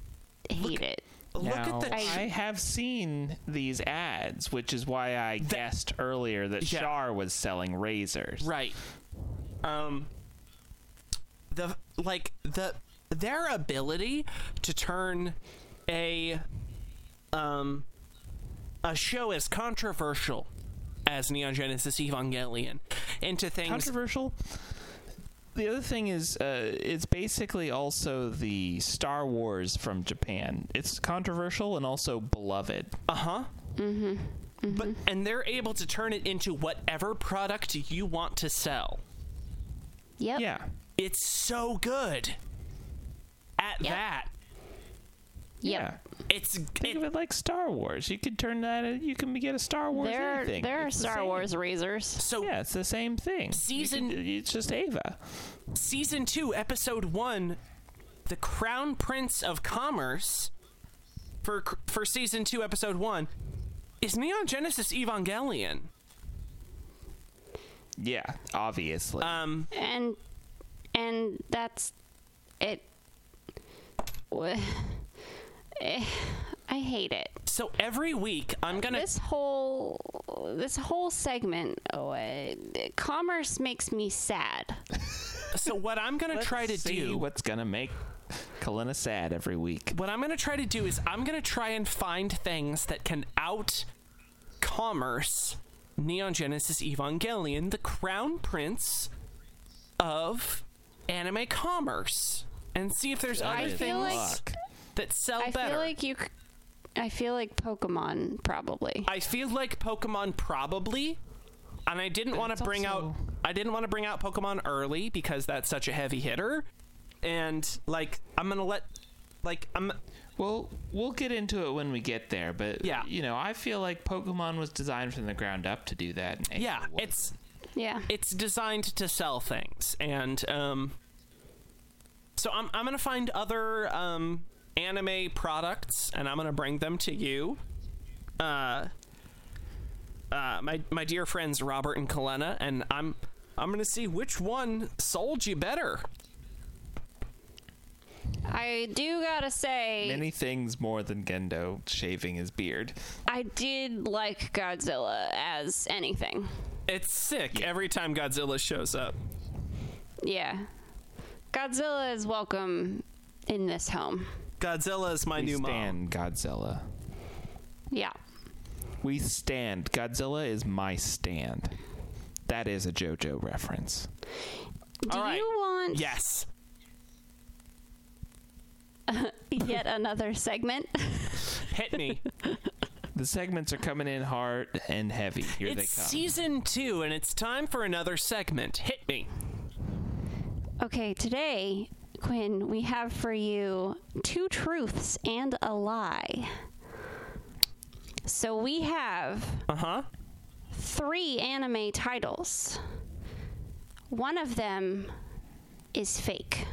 hate it. Look at Now, the. I have seen these ads, which is why I guessed earlier that Yeah. Shar was selling razors. Right. Um the like the their ability to turn a um a show as controversial as Neon Genesis Evangelion into things Controversial. The other thing is, uh, it's basically also the Star Wars from Japan. It's controversial and also beloved. Uh, uh-huh. Mhm. But and they're able to turn it into whatever product you want to sell. Yep. Yeah. It's so good at Yep. that. Yeah. Yep. It's Think it- of it like Star Wars. You could turn that. You can get a Star Wars. There are, anything. there are It's the Star same. Wars razors. so Yeah, it's the same thing. You Season- can- it's just Ava. season two, episode one, the Crown Prince of Commerce for for season two, episode one, is Neon Genesis Evangelion. Yeah, obviously. Uh, Um, And and that's it. Wha- Eh, I hate it. so every week I'm gonna This whole this whole segment, oh, uh, commerce makes me sad. so what I'm gonna try to see do what's gonna make Kalina sad every week. what I'm gonna try to do is I'm gonna try and find things that can out commerce Neon Genesis Evangelion, the crown prince of anime commerce, and see if there's other I things feel like- Fuck. that sell I better. feel like you. c- I feel like Pokemon probably. I feel like Pokemon probably, and I didn't want it's to bring out also- I didn't want to bring out Pokemon early because that's such a heavy hitter, and like I'm gonna let like I'm Well, we'll get into it when we get there, but Yeah. you know, I feel like Pokemon was designed from the ground up to do that. and yeah Ava wasn't. it's yeah. it's designed to sell things and um so I'm I'm gonna find other um anime products and I'm gonna bring them to you. Uh uh, my my dear friends Robert and Kalena, and I'm I'm gonna see which one sold you better. I do gotta say, many things more than Gendo shaving his beard. I did like Godzilla as anything. It's sick every time Godzilla shows up. Yeah. Godzilla is welcome in this home. Godzilla is my We new mom. stand Godzilla. Yeah. We stand. Godzilla is my stand. That is a JoJo reference. Do All right. you want Yes. yet another segment? Hit me. The segments are coming in hard and heavy. Here it's they come. season two, and it's time for another segment. Hit me. okay, today, Quinn, we have for you two truths and a lie. So we have Uh Uh-huh. huh. three anime titles. One of them is fake.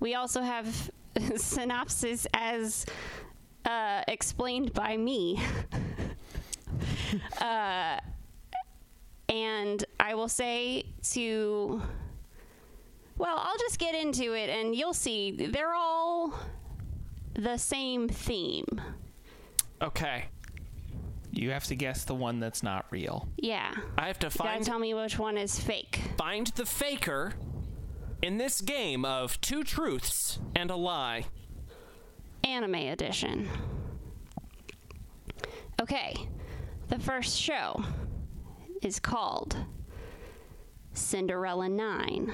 We also have synopsis as uh, explained by me. uh, and I will say to. Well, I'll just get into it and you'll see they're all the same theme. Okay. You have to guess the one that's not real. Yeah. I have to You gotta find tell me which one is fake. find the faker in this game of two truths and a lie. anime edition. Okay, the first show is called Cinderella 9.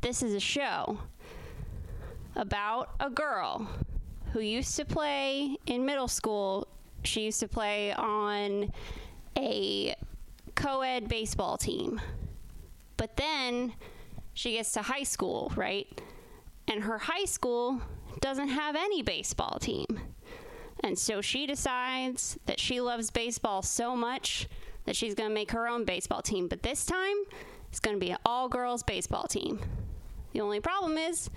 This is a show about a girl who used to play in middle school. She used to play on a co ed baseball team. But then she gets to high school, right? And her high school doesn't have any baseball team. And so she decides that she loves baseball so much that she's going to make her own baseball team. But this time, it's going to be an all girls baseball team. The only problem is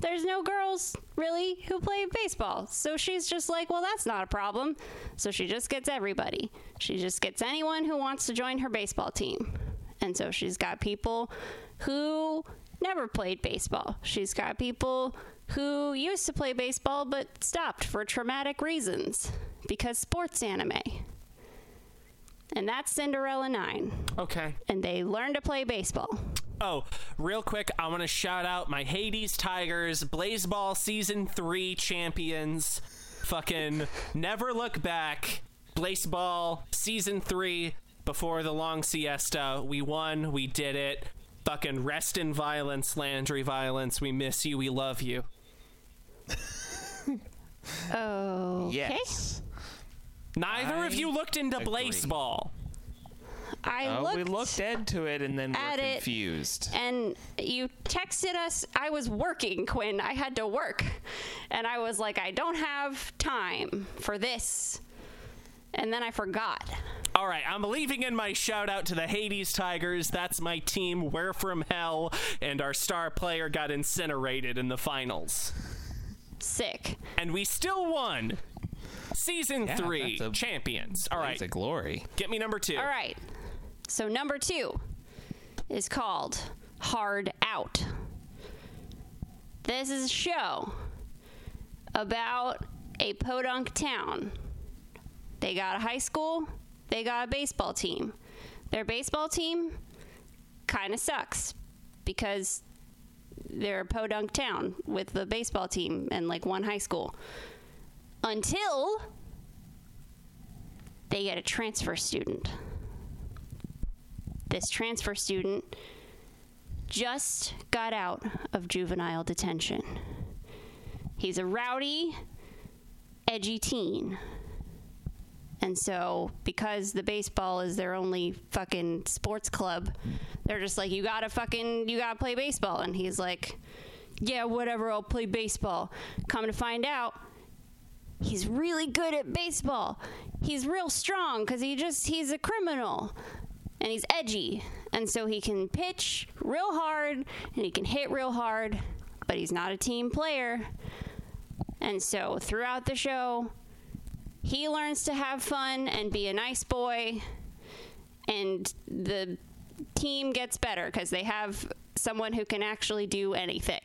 there's no girls really who play baseball. So she's just like, well, that's not a problem. So she just gets everybody. She just gets anyone who wants to join her baseball team. And so she's got people who never played baseball. She's got people who used to play baseball but stopped for traumatic reasons because sports anime. And that's Cinderella 9. Okay. And they learn to play baseball. Oh, real quick, I want to shout out my Hades Tigers Blazeball Season 3 champions. Fucking never look back. Blazeball Season 3 before the long siesta. We won. We did it. Fucking rest in violence, Landry Violence. We miss you. We love you. Oh. Yes. Neither of I you looked into agree. Blazeball. I Oh, looked, we looked into it and then at we're it. confused. and you texted us. I was working, Quinn. I had to work. And I was like, I don't have time for this. And then I forgot. All right, I'm leaving in my shout out to the Hades Tigers. That's my team. We're from hell, and our star player got incinerated in the finals. Sick. and we still won. Season Yeah, three that's a- champions. All right, It's a glory. get me number two. All right. So number two is called Hard Out. This is a show about a podunk town. They got a high school, they got a baseball team. Their baseball team kind of sucks because they're a podunk town with the baseball team and like one high school. Until they get a transfer student. This transfer student just got out of juvenile detention. He's a rowdy, edgy teen. And so, because the baseball is their only fucking sports club, they're just like, you gotta fucking, you gotta play baseball. And he's like, yeah, whatever, I'll play baseball. Come to find out, he's really good at baseball. He's real strong because he just he's a criminal and he's edgy. And so he can pitch real hard and he can hit real hard, but he's not a team player. And so throughout the show, he learns to have fun and be a nice boy and the team gets better because they have someone who can actually do anything.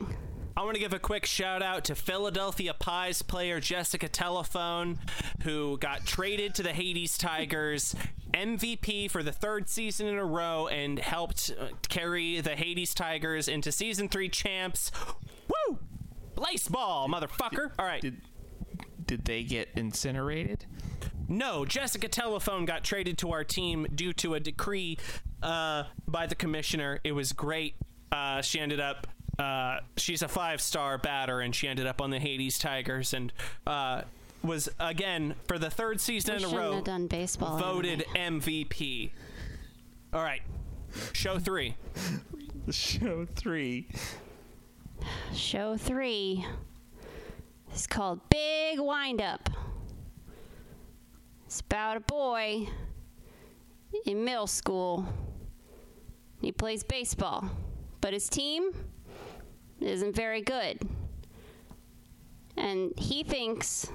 I want to give a quick shout out to Philadelphia Pies player Jessica Telephone, who got traded to the Hades Tigers, MVP for the third season in a row, and helped uh, carry the Hades Tigers into season three champs. Woo! Baseball, motherfucker! All right. Did did they get incinerated? No, Jessica Telephone got traded to our team due to a decree uh, by the commissioner. It was great. Uh, she ended up. Uh, she's a five-star batter, and she ended up on the Hades Tigers, and uh, was again for the third season in a shouldn't row have done baseball. voted MVP. All right, show three. Show three. Show three is called Big Wind Up. It's about a boy in middle school. He plays baseball, but his team isn't very good. And he thinks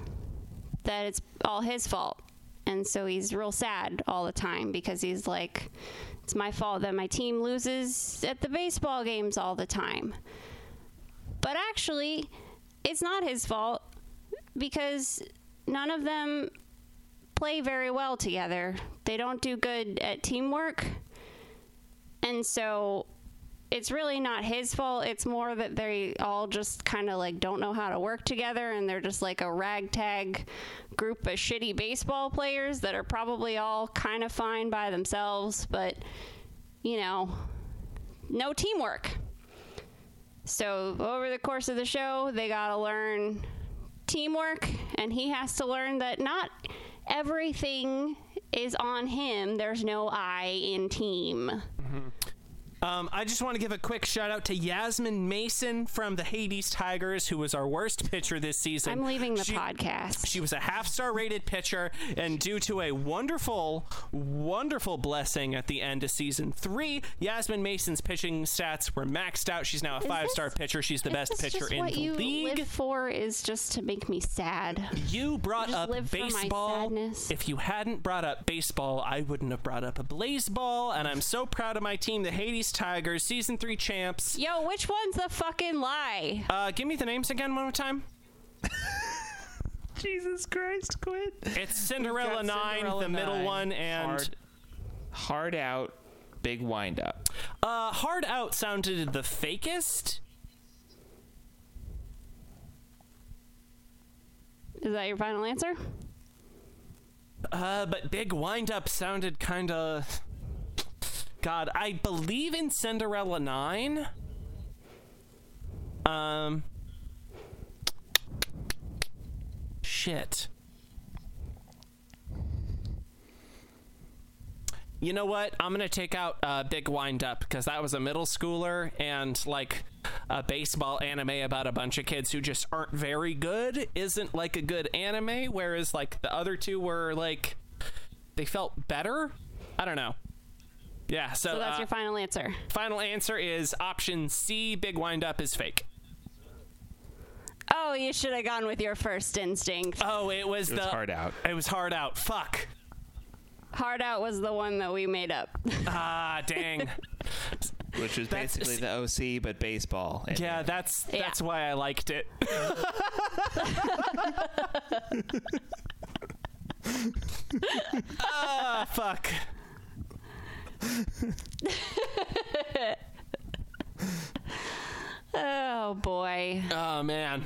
that it's all his fault. And so he's real sad all the time because he's like, it's my fault that my team loses at the baseball games all the time. But actually, it's not his fault because none of them play very well together. They don't do good at teamwork. And so it's really not his fault. It's more that they all just kind of like don't know how to work together and they're just like a ragtag group of shitty baseball players that are probably all kind of fine by themselves, but you know, no teamwork. So, over the course of the show, they got to learn teamwork and he has to learn that not everything is on him. There's no I in team. Um, I just want to give a quick shout out to Yasmin Mason from the Hades Tigers, who was our worst pitcher this season. I'm leaving the She- podcast. She was a half star rated pitcher, and due to a wonderful, wonderful blessing at the end of season three, Yasmin Mason's pitching stats were maxed out. She's now a five star this- pitcher. She's the Is best this pitcher just in what the you league. live for is just to make me sad. You brought just up live for my baseball. sadness. If you hadn't brought up baseball, I wouldn't have brought up a blaze ball. And I'm so proud of my team, the Hades Tigers, season three champs. Yo, which one's the fucking lie? Uh, give me the names again one more time. Jesus Christ, Quinn. It's Cinderella Nine, Cinderella the middle Nine, one, and hard, hard out, big wind up. uh, Hard Out sounded the fakest. Is that your final answer? Uh, but Big Wind Up sounded kind of. God, I believe in Cinderella 9. Um. Shit. You know what? I'm gonna take out uh, Big Wind Up because that was a middle schooler and like a baseball anime about a bunch of kids who just aren't very good isn't like a good anime. Whereas like the other two were like they felt better. I don't know. Yeah. So, So that's uh, your final answer. final answer is option C. Big Wind Up is fake. Oh, you should have gone with your first instinct. Oh, it was It the was hard out. It was hard out. Fuck. Hard out was the one that we made up. Ah, dang. Which was That's- basically the OC, but baseball. And yeah, that's Yeah. that's why I liked it. Ah, fuck. oh boy. Oh man.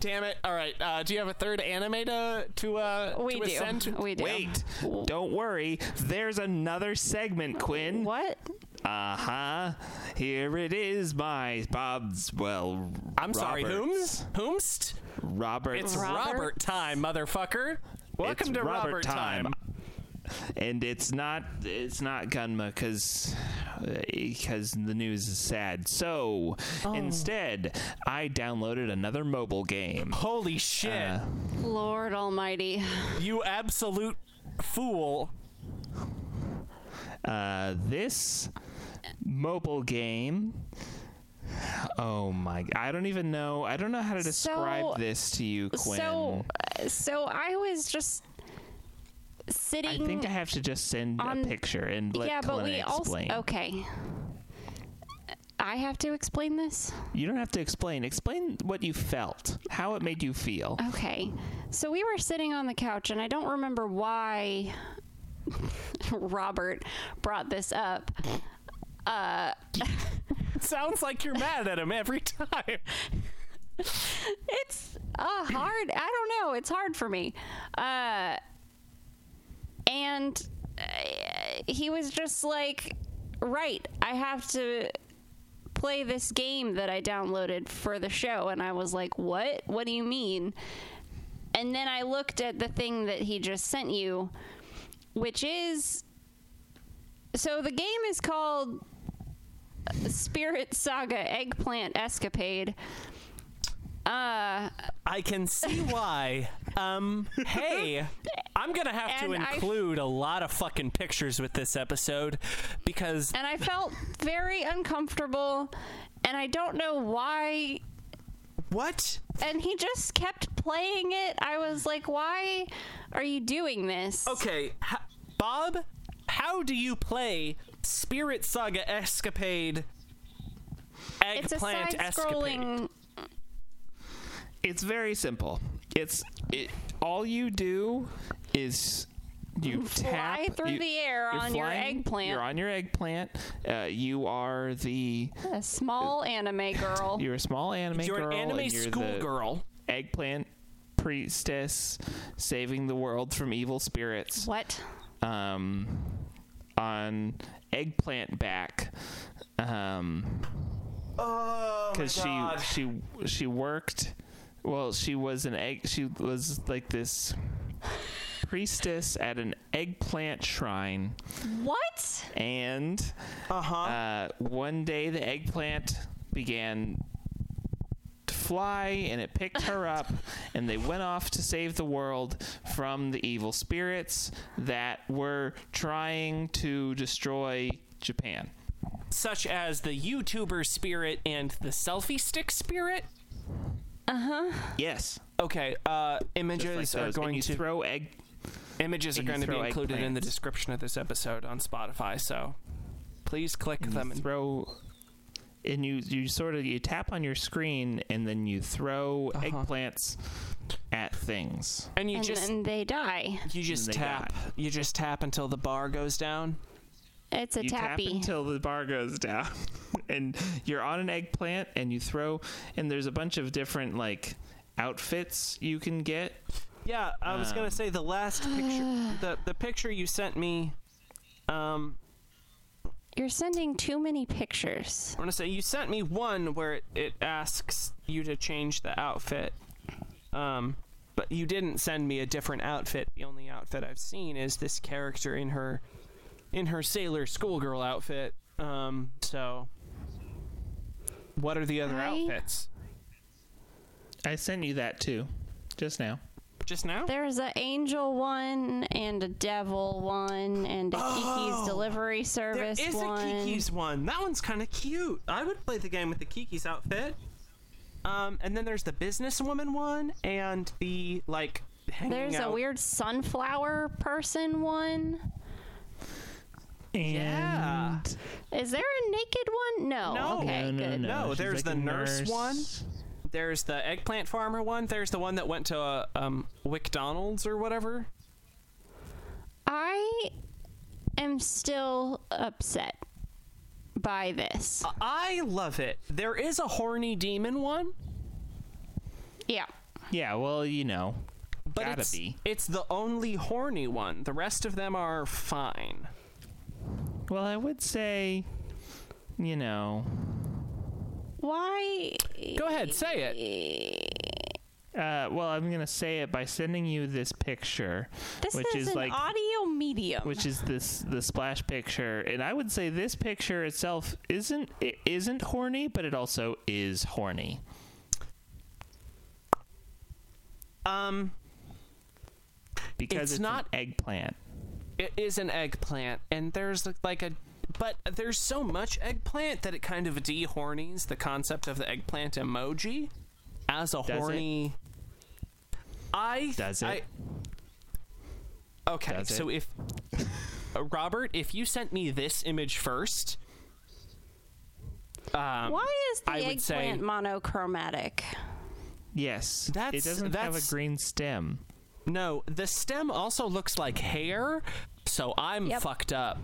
Damn it. All right. Uh, do you have a third anime to to uh We to do. ascend to? We do. Wait, don't worry. There's another segment, Quinn. What? Uh huh. Here it is, my Bob's. Well, I'm sorry. Roberts. Whom's? Whomst? Roberts. It's Robert? Robert, time, motherfucker. Welcome It's to Robert Robert, time. time. and it's not it's not Gunma because because the news is sad. So Oh. instead, I downloaded another mobile game. Holy shit. Uh, Lord Almighty. You absolute fool. Uh, this mobile game. Oh my! I don't even know. I don't know how to describe So- this to you, Quinn. So, so I was just sitting. I think I have to just send on- a picture and let yeah, but Glenna we explain. also oh. okay. I have to explain this. You don't have to explain. Explain what you felt, how it made you feel. Okay. So we were sitting on the couch, and I don't remember why Robert brought this up. Sounds like you're mad at him every time. It's a hard, I don't know, it's hard for me. Uh, and uh, he was just like, right, I have to play this game that I downloaded for the show. And I was like, what? What do you mean? And then I looked at the thing that he just sent you, which is so the game is called Spirit Saga Eggplant Escapade. Uh, I can see why. Um, hey, I'm gonna have to And I- include a lot of fucking pictures with this episode because and I felt very uncomfortable, and I don't know why. what? And he just kept playing it. I was like, why are you doing this? Okay, h- Bob, how do you play Spirit Saga Escapade? It's a Eggplant Escapade. side-scrolling. It's very simple. It's it, all you do is you Fly tap through you- the air you're on your flying, eggplant. You're on your eggplant. Uh, you are the A small anime girl. you're a small anime You're girl. an anime and you're the schoolgirl. Eggplant priestess saving the world from evil spirits. what? Um, on eggplant back. Um, Oh because she she she worked. Well, she was an egg. She was like this priestess at an eggplant shrine, What? and Uh-huh. uh, one day the eggplant began to fly, and it picked her up, and they went off to save the world from the evil spirits that were trying to destroy Japan. Such as the YouTuber spirit and the selfie stick spirit. Yes, Okay, uh, just like images are those. And going you to throw egg. images are and you going to be throw included in the eggplants. description of this episode on Spotify. So please click them. And, throw and you you sort of you tap on your screen and then you throw Uh-huh. eggplants at things and you and just then they die. you just they tap. You just tap until the bar goes down. It's a you tap tappy. until the bar goes down and you're on an eggplant and you throw and there's a bunch of different like outfits you can get Yeah, I was Um. gonna say the last picture, the the picture you sent me. Um, You're sending too many pictures. I want to say you sent me one where it, it asks you to change the outfit. Um, but you didn't send me a different outfit. The only outfit I've seen is this character in her in her sailor schoolgirl outfit. Um, so what are the other I- outfits? i sent you that too just now Just now? There's an angel one and a devil one and a Kiki's delivery There service is one. a Kiki's one. That one's kind of cute. I would play the game with the Kiki's outfit. Um, and then there's the businesswoman one and the like hanging There's a out- weird sunflower person one. Yeah. Is there a naked one? No. No. no, Okay, no, good. no. No, She's Oh, there's like the a nurse one. There's the eggplant farmer one. There's the one that went to uh, um, McDonald's or whatever. I am still upset by this. I love it. There is a horny demon one, yeah. Yeah, well, you know, but Gotta it's, be. it's the only horny one. The rest of them are fine. well, I would say, you know, Why? Go ahead, say it. Uh, well, I'm gonna say it by sending you this picture, This which is, is an like, audio medium. which is this the splash picture, and I would say this picture itself isn't it isn't horny, but it also is horny. Um, Because It's it's, not- an eggplant. it is an eggplant, and there's like a, but there's so much eggplant that it kind of dehornies the concept of the eggplant emoji as a it? horny. I Does it? I, Okay, Does so it? if uh, Robert, if you sent me this image first, um, Why is the I would eggplant say- monochromatic? Yes, That's- it doesn't have a that's- green stem. no, the stem also looks like hair, so I'm Yep. fucked up.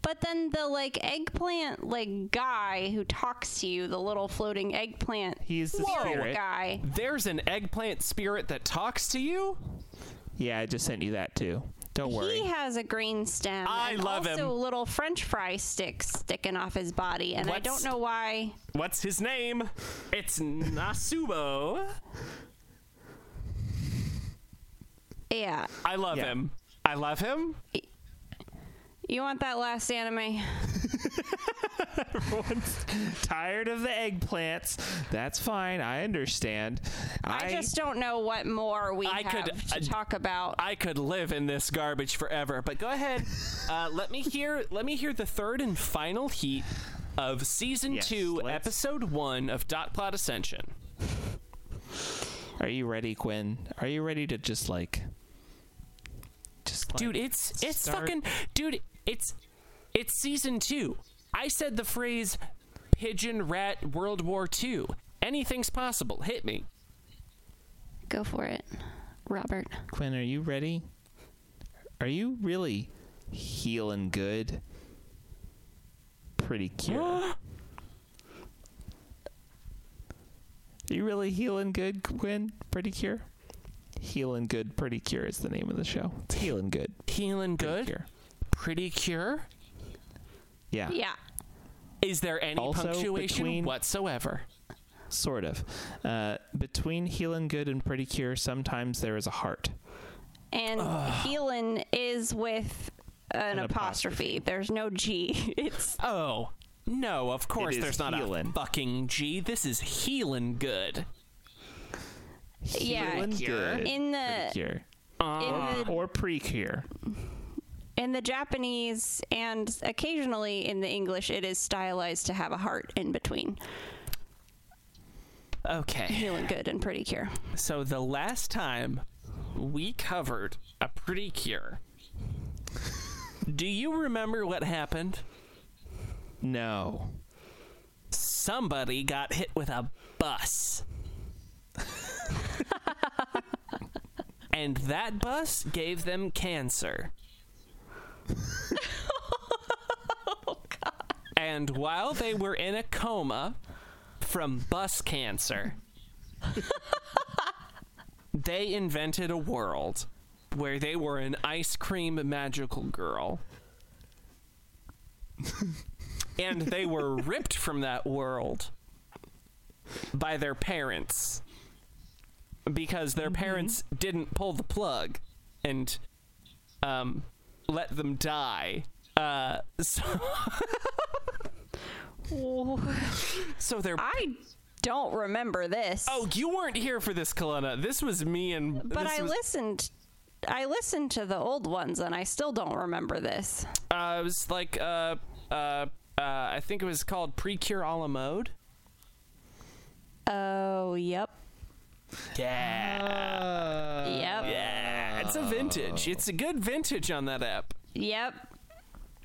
But then the like eggplant like guy who talks to you, the little floating eggplant He is the Whoa. spirit. guy. There's an eggplant spirit that talks to you. Yeah, I just sent you that too. Don't worry. He has a green stem. I and love also him. little French fry sticks sticking off his body, and I What's- don't know why. What's his name? It's Nasubo. Yeah, I love Yeah. him. I love him. you want that last anime? Tired of the eggplants. That's fine. I understand. I, just don't know what more we I have could- uh, to I- talk about. I could live in this garbage forever. But go ahead. Uh, let me hear. Let me hear the third and final heat of season Yes, two, let's- episode one of Dot Plot Ascension. Are you ready, Quinn? Are you ready to just like, just like, Dude, it's it's start- fucking. Dude, it's it's season two. I said the phrase "pigeon rat World War II." Anything's possible. Hit me. Go for it, Robert. Quinn, are you ready? are you really healing good? Pretty cute. are you really healing good, Gwen? Pretty cure? Healing good, pretty cure is the name of the show. It's healing good. Healing Pretty good. Cure. Pretty cure. Yeah. Yeah. Is there any Also, punctuation between- whatsoever? Sort of. Uh, between healing good and pretty cure, sometimes there is a heart. And healing is with An an, apostrophe. There's no G. It's Oh. No, of course is there's not a healin'. fucking G. This is healing good. Yeah. Healing Cure. good. in pretty the cure. in the Or pre cure. in the Japanese and occasionally in the English it is stylized to have a heart in between. Okay. Healing good and pretty cure. So the last time we covered a pretty cure, do you remember what happened? No. Somebody got hit with a bus. and that bus gave them cancer. And while they were in a coma from bus cancer, they invented a world where they were an ice cream magical girl. and they were ripped from that world by their parents because their Mm-hmm. parents didn't pull the plug and um, let them die. Uh, so, so their I don't remember this. Oh, you weren't here for this, Kalena. This was me and. But this I was, listened. I listened to the old ones, and I still don't remember this. Uh, it was like, uh, uh, uh, I think it was called Precure a la Mode. Oh, yep, Yeah. yep, Uh, Yeah. It's a vintage. It's a good vintage on that app. yep,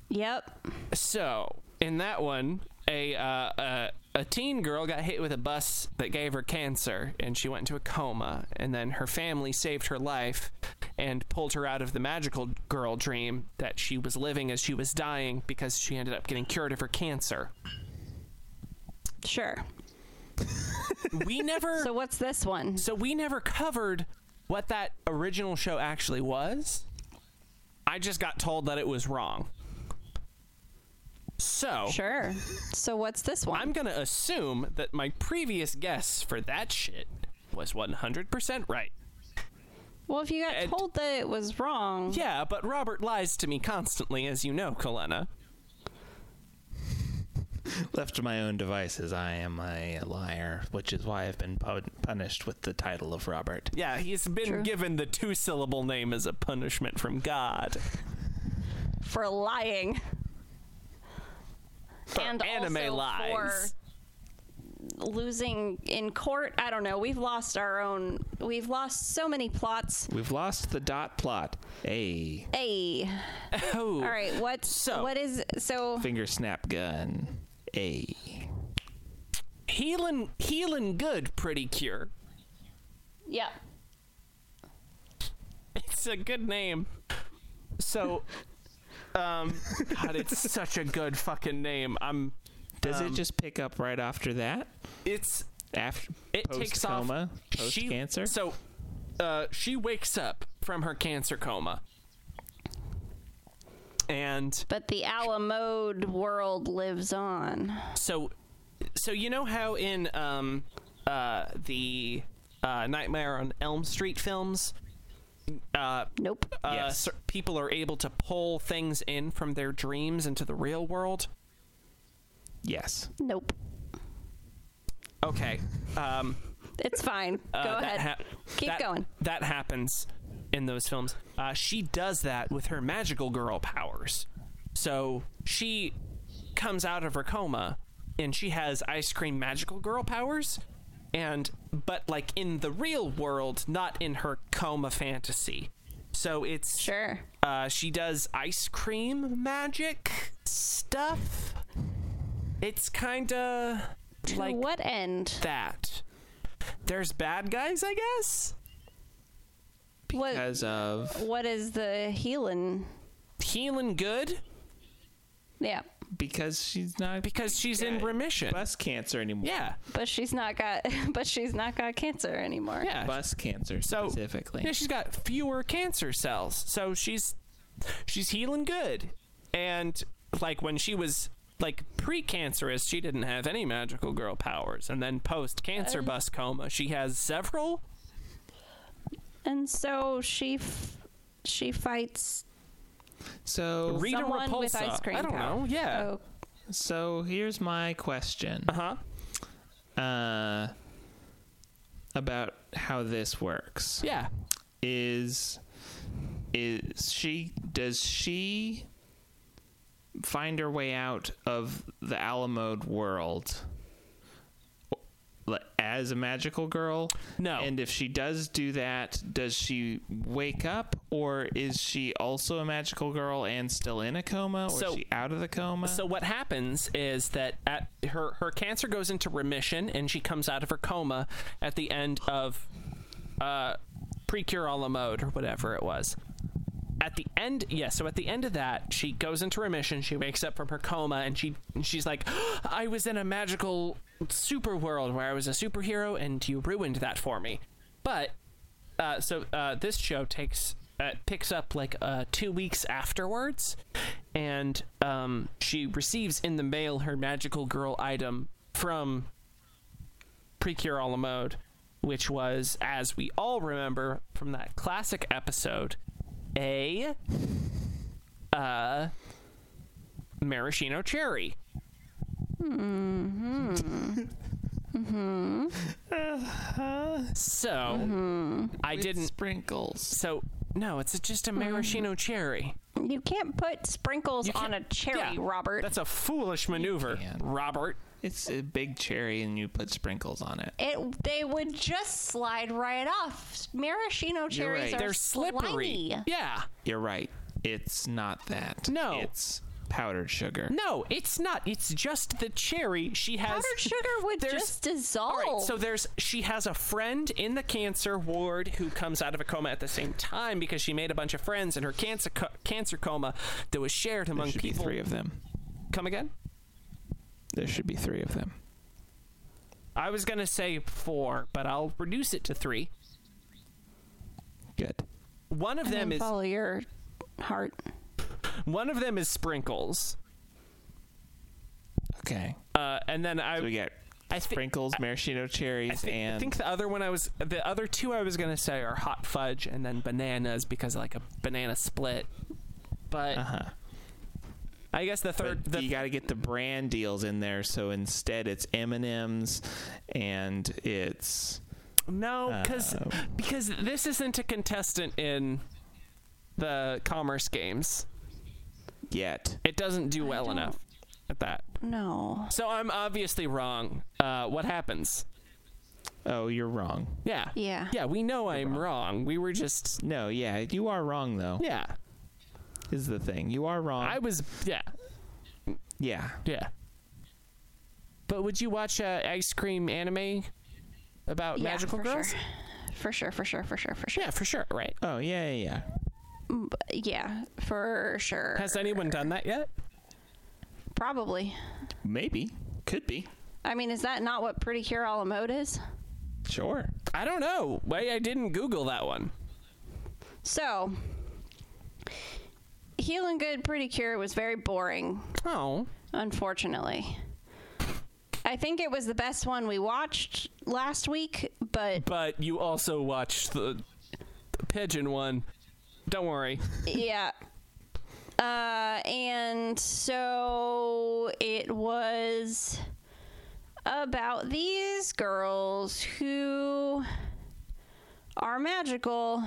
yep. So, in that one, a, uh, a, a teen girl got hit with a bus that gave her cancer, and she went into a coma. And then her family saved her life and pulled her out of the magical girl dream that she was living as she was dying because she ended up getting cured of her cancer. Sure. We never. So what's this one? So we never covered what that original show actually was. I just got told that it was wrong. So Sure. So what's this one? I'm gonna assume that my previous guess for that shit was 100% right. well, if you got and- told that it was wrong, Yeah, but Robert lies to me constantly, as you know, Kalena. Left to my own devices, I am a liar, which is why I've been pu- punished with the title of Robert. Yeah, he's been True. given the two-syllable name as a punishment from God. for lying and anime also lies. for losing in court. I don't know. We've lost our own. We've lost so many plots. We've lost the dot plot. Hey, Hey. Oh, All right. What's So- what is so? finger snap gun. Hey. healing, healing good, pretty cure. Yeah. It's a good name. So, um, God, it's such a good fucking name. I'm. Does Um, it just pick up right after that? It's. After It post takes off. coma, post she- cancer. So, uh, she wakes up from her cancer coma, and But the Alamode world lives on. so, so you know how in um, uh, the uh, Nightmare on Elm Street films, uh, Nope. uh, Yes. cer- people are able to pull things in from their dreams into the real world. yes. Nope. Okay. Um, It's fine. Go Uh, that ahead. hap- Keep that- going. That happens in those films. Uh, she does that with her magical girl powers. So she comes out of her coma and she has ice cream magical girl powers. And, but like in the real world, not in her coma fantasy. So it's, Sure. uh, she does ice cream magic stuff. It's kind of like to what end? that. There's bad guys, I guess? What- because of What is the healing? Healing good Yeah, because she's not because she's in remission. breast cancer anymore. yeah, but she's not got but she's not got cancer anymore. yeah. Breast cancer so specifically. yeah, she's got fewer cancer cells, so she's she's healing good. And like when she was like pre-cancerous, she didn't have any magical girl powers, and then post-cancer bus coma, she has several. And so she f- she fights so Rita Someone Repulsa. with ice cream I don't power. know. Yeah. oh, so here's my question Uh huh. uh, about how this works. Yeah. is is she does she find her way out of the Alamode world li- as a magical girl? No. And if she does do that, does she wake up or is she also a magical girl and still in a coma or So- is she out of the coma? Um, So what happens is that at her her cancer goes into remission and she comes out of her coma at the end of uh precure a la mode or whatever it was. At the end, yeah. So at the end of that, she goes into remission. She wakes up from her coma, and she and she's like, "I was in a magical super world where I was a superhero, and you ruined that for me." But uh, so uh, this show takes uh, picks up like uh, two weeks afterwards, and um, she receives in the mail her magical girl item from Precure a la Mode, which was, as we all remember from that classic episode, a uh, maraschino cherry. Mm-hmm. So Mm-hmm. I With didn't sprinkles. so no, it's just a maraschino cherry. you can't put sprinkles You on a can't- cherry, yeah, Robert. That's a foolish maneuver, can. Robert. It's a big cherry and you put sprinkles on it. It they would just slide right off. Maraschino cherries right. are They're slippery. slimy. Yeah. You're right. It's not that. No. It's powdered sugar. No, it's not. It's just the cherry. She has Powdered sugar would There's- just dissolve. All right, so there's she has a friend in the cancer ward who comes out of a coma at the same time because she made a bunch of friends in her cancer co- cancer coma that was shared There among should people. be three of them. Come again? There should be three of them. I was gonna say four, but I'll reduce it to three. Good. One of them And is follow your heart. one of them is sprinkles, Okay. uh, and then I So we got I thi- sprinkles, maraschino cherries, I thi- and I think the other one I was the other two I was gonna say are hot fudge and then bananas because like a banana split, but uh-huh. I guess the third But the you got to get the brand deals in there. So instead, it's M and M's, and it's No, because Uh, because this isn't a contestant in the commerce games. yet. It doesn't do well don't- enough at that. No. So I'm obviously wrong. Uh, what happens? Oh, you're wrong. Yeah. Yeah. Yeah, we know I'm wrong. We were just No, yeah, you are wrong though. yeah. Is the thing you are wrong? I was yeah yeah. yeah. But would you watch uh, ice cream anime about Yeah, magical for girls? Sure. For sure, for sure, for sure, for sure. Yeah, for sure. Right. Oh yeah, yeah, yeah. Yeah, for sure. Has anyone done that yet? Probably. Maybe could be. I mean, is that not what Pretty Cure a la Mode is? Sure. I don't know. Why I didn't Google that one. So, Healing Good Pretty Cure was very boring, Oh. unfortunately. I think it was the best one we watched last week, but but you also watched the, the pigeon one. Don't worry. yeah. Uh, and so it was about these girls who are magical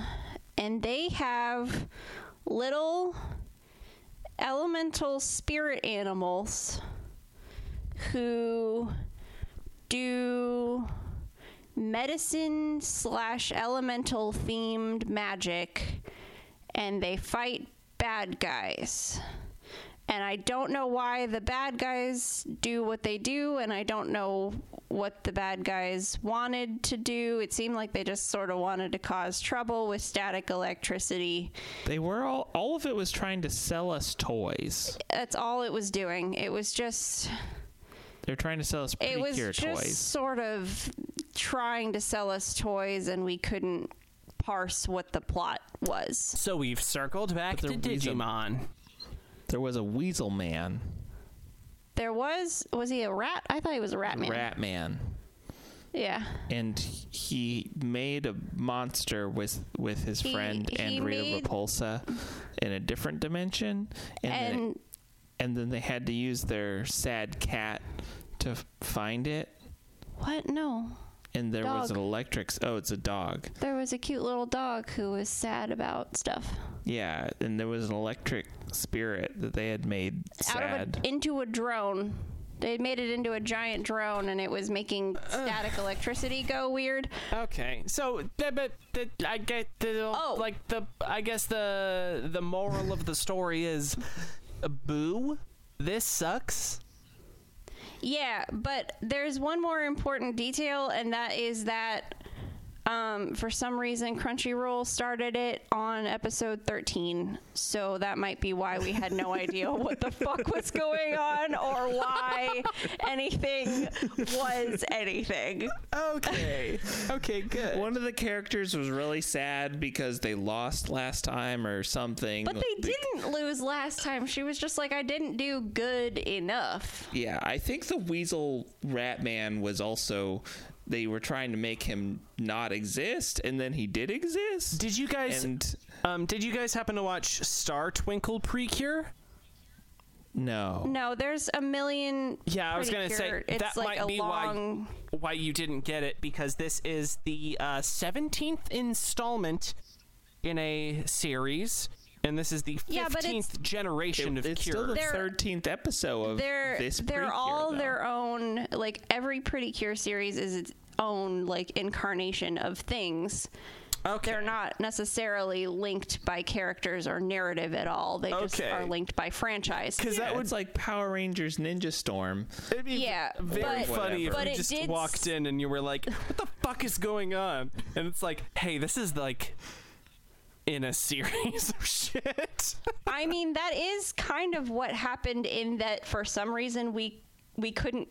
and they have little elemental spirit animals who do medicine slash elemental themed magic and they fight bad guys and I don't know why the bad guys do what they do, and I don't know what the bad guys wanted to do. It seemed like they just sort of wanted to cause trouble with static electricity. They were all all of it was trying to sell us toys. That's all it was doing. It was just They're trying to sell us it was precure just toys. sort of trying to sell us toys, and we couldn't parse what the plot was. So we've circled back to But the reason- Digimon. There was a weasel man, There was was he a rat? I thought he was a rat man. rat man, Yeah. and he made a monster with with his He- friend he and Rita made- Repulsa in a different dimension, and then it- And and then they had to use their sad cat to f- find it. what? No. And there was Dog. an electric. s- Oh, it's a dog. There was a cute little dog who was sad about stuff. Yeah, and there was an electric spirit that they had made Out of sad. a, into a drone. They made it into a giant drone and it was making static electricity go weird. Okay, so th- but th- I get the Oh. like the I guess the the moral of the story is, uh, boo, this sucks. Yeah, but there's one more important detail, and that is that um, for some reason Crunchyroll started it on episode 13. So that might be why we had no idea what the fuck was going on or why anything was anything. Okay, okay, good. One of the characters was really sad because they lost last time or something. But they didn't lose last time. She was just like, I didn't do good enough. Yeah, I think the Weasel Rat Man was also. They were trying to make him not exist, and then he did exist. Did you guys and um did you guys happen to watch Star Twinkle Precure? no, No, there's a million. Yeah, I was pretty gonna say, cure- that it's like might a be why- long. Why you didn't get it because this is the uh, 17th installment in a series, and this is the 15th Yeah, but it's- generation It- of it's Cure. still the They're- thirteenth episode of they're this. they're Precure, all though. their own like every pretty cure series is its own like incarnation of things okay. they're not necessarily linked by characters or narrative at all they just Okay. are linked by franchise Because Yeah, that would it's like Power Rangers Ninja Storm. It'd be Yeah, very but- funny But if it you just did walked s- in and you were like, "What the fuck is going on?" And it's like, "Hey, this is like in a series of shit." i mean that is kind of what happened in that for some reason we we couldn't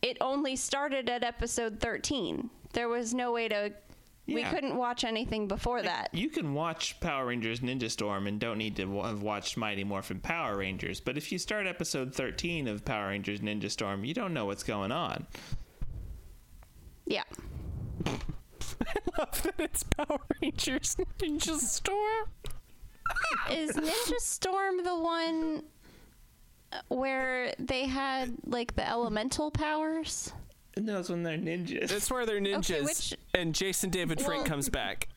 it only started at episode 13 there was no way to we Yeah. couldn't watch anything before that You can watch Power Rangers Ninja Storm and don't need to w- have watched Mighty Morphin Power Rangers, but if you start episode 13 of Power Rangers Ninja Storm, you don't know what's going on. yeah Love that it's Power Rangers Ninja Storm. is Ninja Storm the one uh, where they had like the elemental powers? And that's when they're ninjas. It's where they're ninjas, which- and Jason David Frank Well- comes back.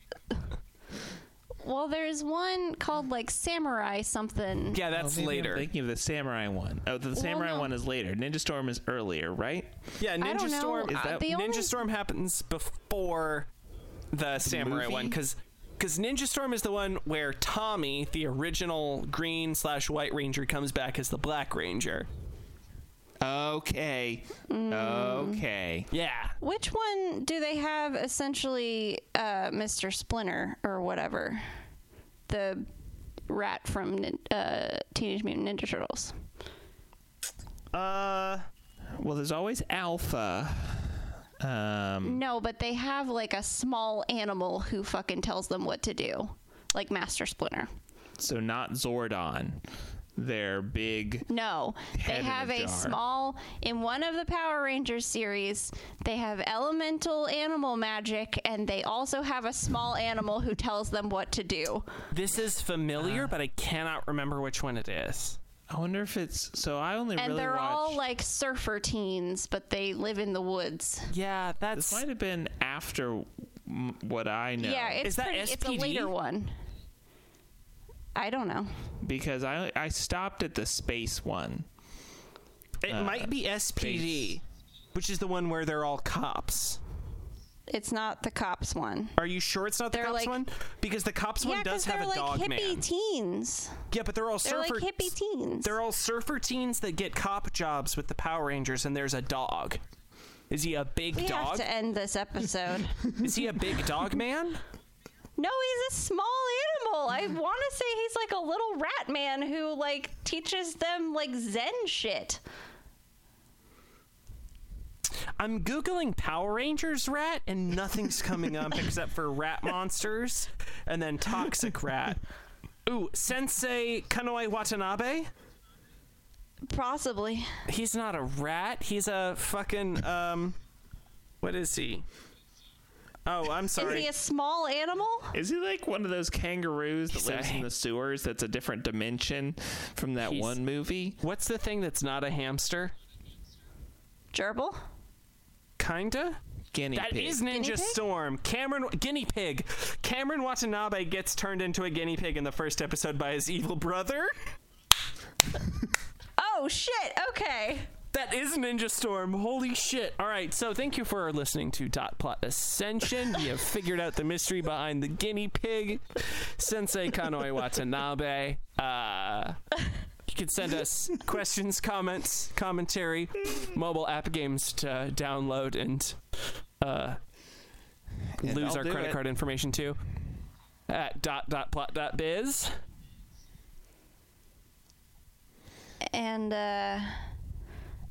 Well, there's one called like Samurai something. Yeah, that's Oh, Maybe I'm later. thinking of the samurai one. Oh, the samurai no. one is later. Ninja Storm is earlier, right? yeah, Ninja I don't know. Storm. Is Uh, that- the Ninja only- Storm happens before the samurai movie? one because because Ninja Storm is the one where Tommy, the original Green slash White Ranger, comes back as the Black Ranger. Okay. Mm. Okay. Yeah. Which one do they have essentially uh, Mr. Splinter or whatever? The rat from Nin- uh, Teenage Mutant Ninja Turtles. Uh, Well, there's always Alpha. Um, No, but they have like a small animal who fucking tells them what to do, like Master Splinter. so not Zordon. They're big. No, Head they in a have a, jar. small. In one of the Power Rangers series, they have elemental animal magic, and they also have a small animal who tells them what to do. this is familiar, Uh-huh. but I cannot remember which one it is. I wonder if it's. So I only And really they're watched. all like surfer teens, but they live in the woods. Yeah, This that's might have been after m- what I know. Yeah, it's Is that pretty, it's a SPD? later one. I don't know. because I I stopped at the space one. it. uh, might be SPD, which is the one where they're all cops. It's not the cops one. Are you sure it's not the They're cops like- one? Because the cops Yeah, one 'cause does have they're a like dog hippie man. teens. yeah, but they're all They're surfer. like hippie teens. They're all surfer teens that get cop jobs with the Power Rangers, and there's a dog. Is he a big we have dog? to end this episode. Is he a big dog man? No, he's a small animal. I want to say he's like a little rat man who like teaches them like Zen shit. I'm googling Power Rangers rat, and nothing's coming up except for rat monsters, and then toxic rat. Ooh, Sensei Kanoe Watanabe. Possibly. He's not a rat. He's a fucking um. What is he? Oh, I'm Is he sorry. a small animal? Is he like one of those kangaroos that He's a lives in hang- the sewers that's a different dimension from that He's- one movie? What's the thing that's not a hamster? Gerbil? Kinda. Guinea That pig. is Guinea Ninja pig? Storm. Cameron guinea pig. Cameron Watanabe gets turned into a guinea pig in the first episode by his evil brother. Oh shit. Okay. That is Ninja Storm. Holy shit. All right, so thank you for listening to Dot Plot Ascension. We have figured out the mystery behind the guinea pig, Sensei Kanoe Watanabe. Uh, you can send us questions, comments, commentary, mobile app games to download and uh, And lose I'll our do credit it. card information to at dot dot plot dot biz. And uh I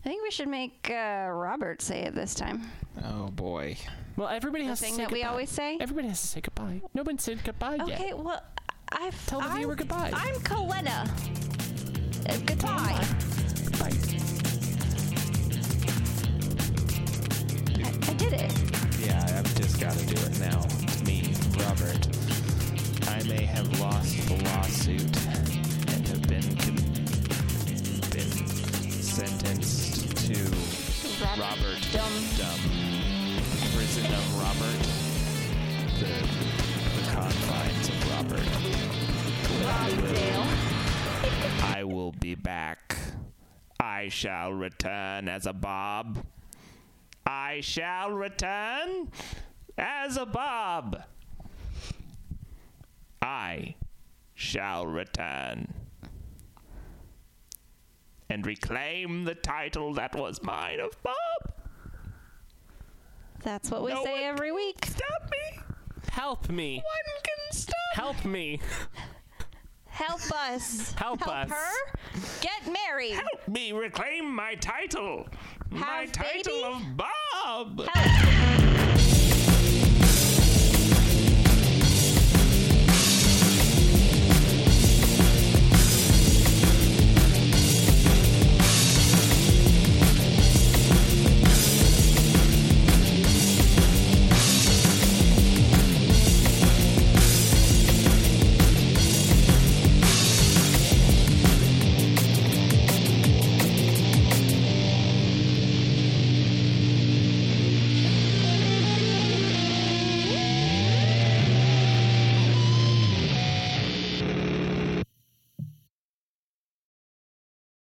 think we should make uh, Robert say it this time. Oh boy. Well, everybody The has to thing say that we goodbye. always say. Everybody has to say goodbye. No one said goodbye yet. Okay, well, I Tell the I'm, viewer goodbye. I'm Coletta. Uh, goodbye. Bye. I, I did it. Yeah, I've just got to do it now. It's me, Robert. I may have lost the lawsuit and have been con- been sentenced to Robert Robert Dumb. Dumb prison of Robert. The, the confines of Robert. Dale. I will be back. I shall return as a Bob. I shall return as a Bob. I shall return and reclaim the title that was mine of Bob. That's what we No one say every week. Stop me. Help me. One can stop. Help me. Help us. Help us. her. Get married. Help me reclaim my title. my Have title baby? of Bob. Help.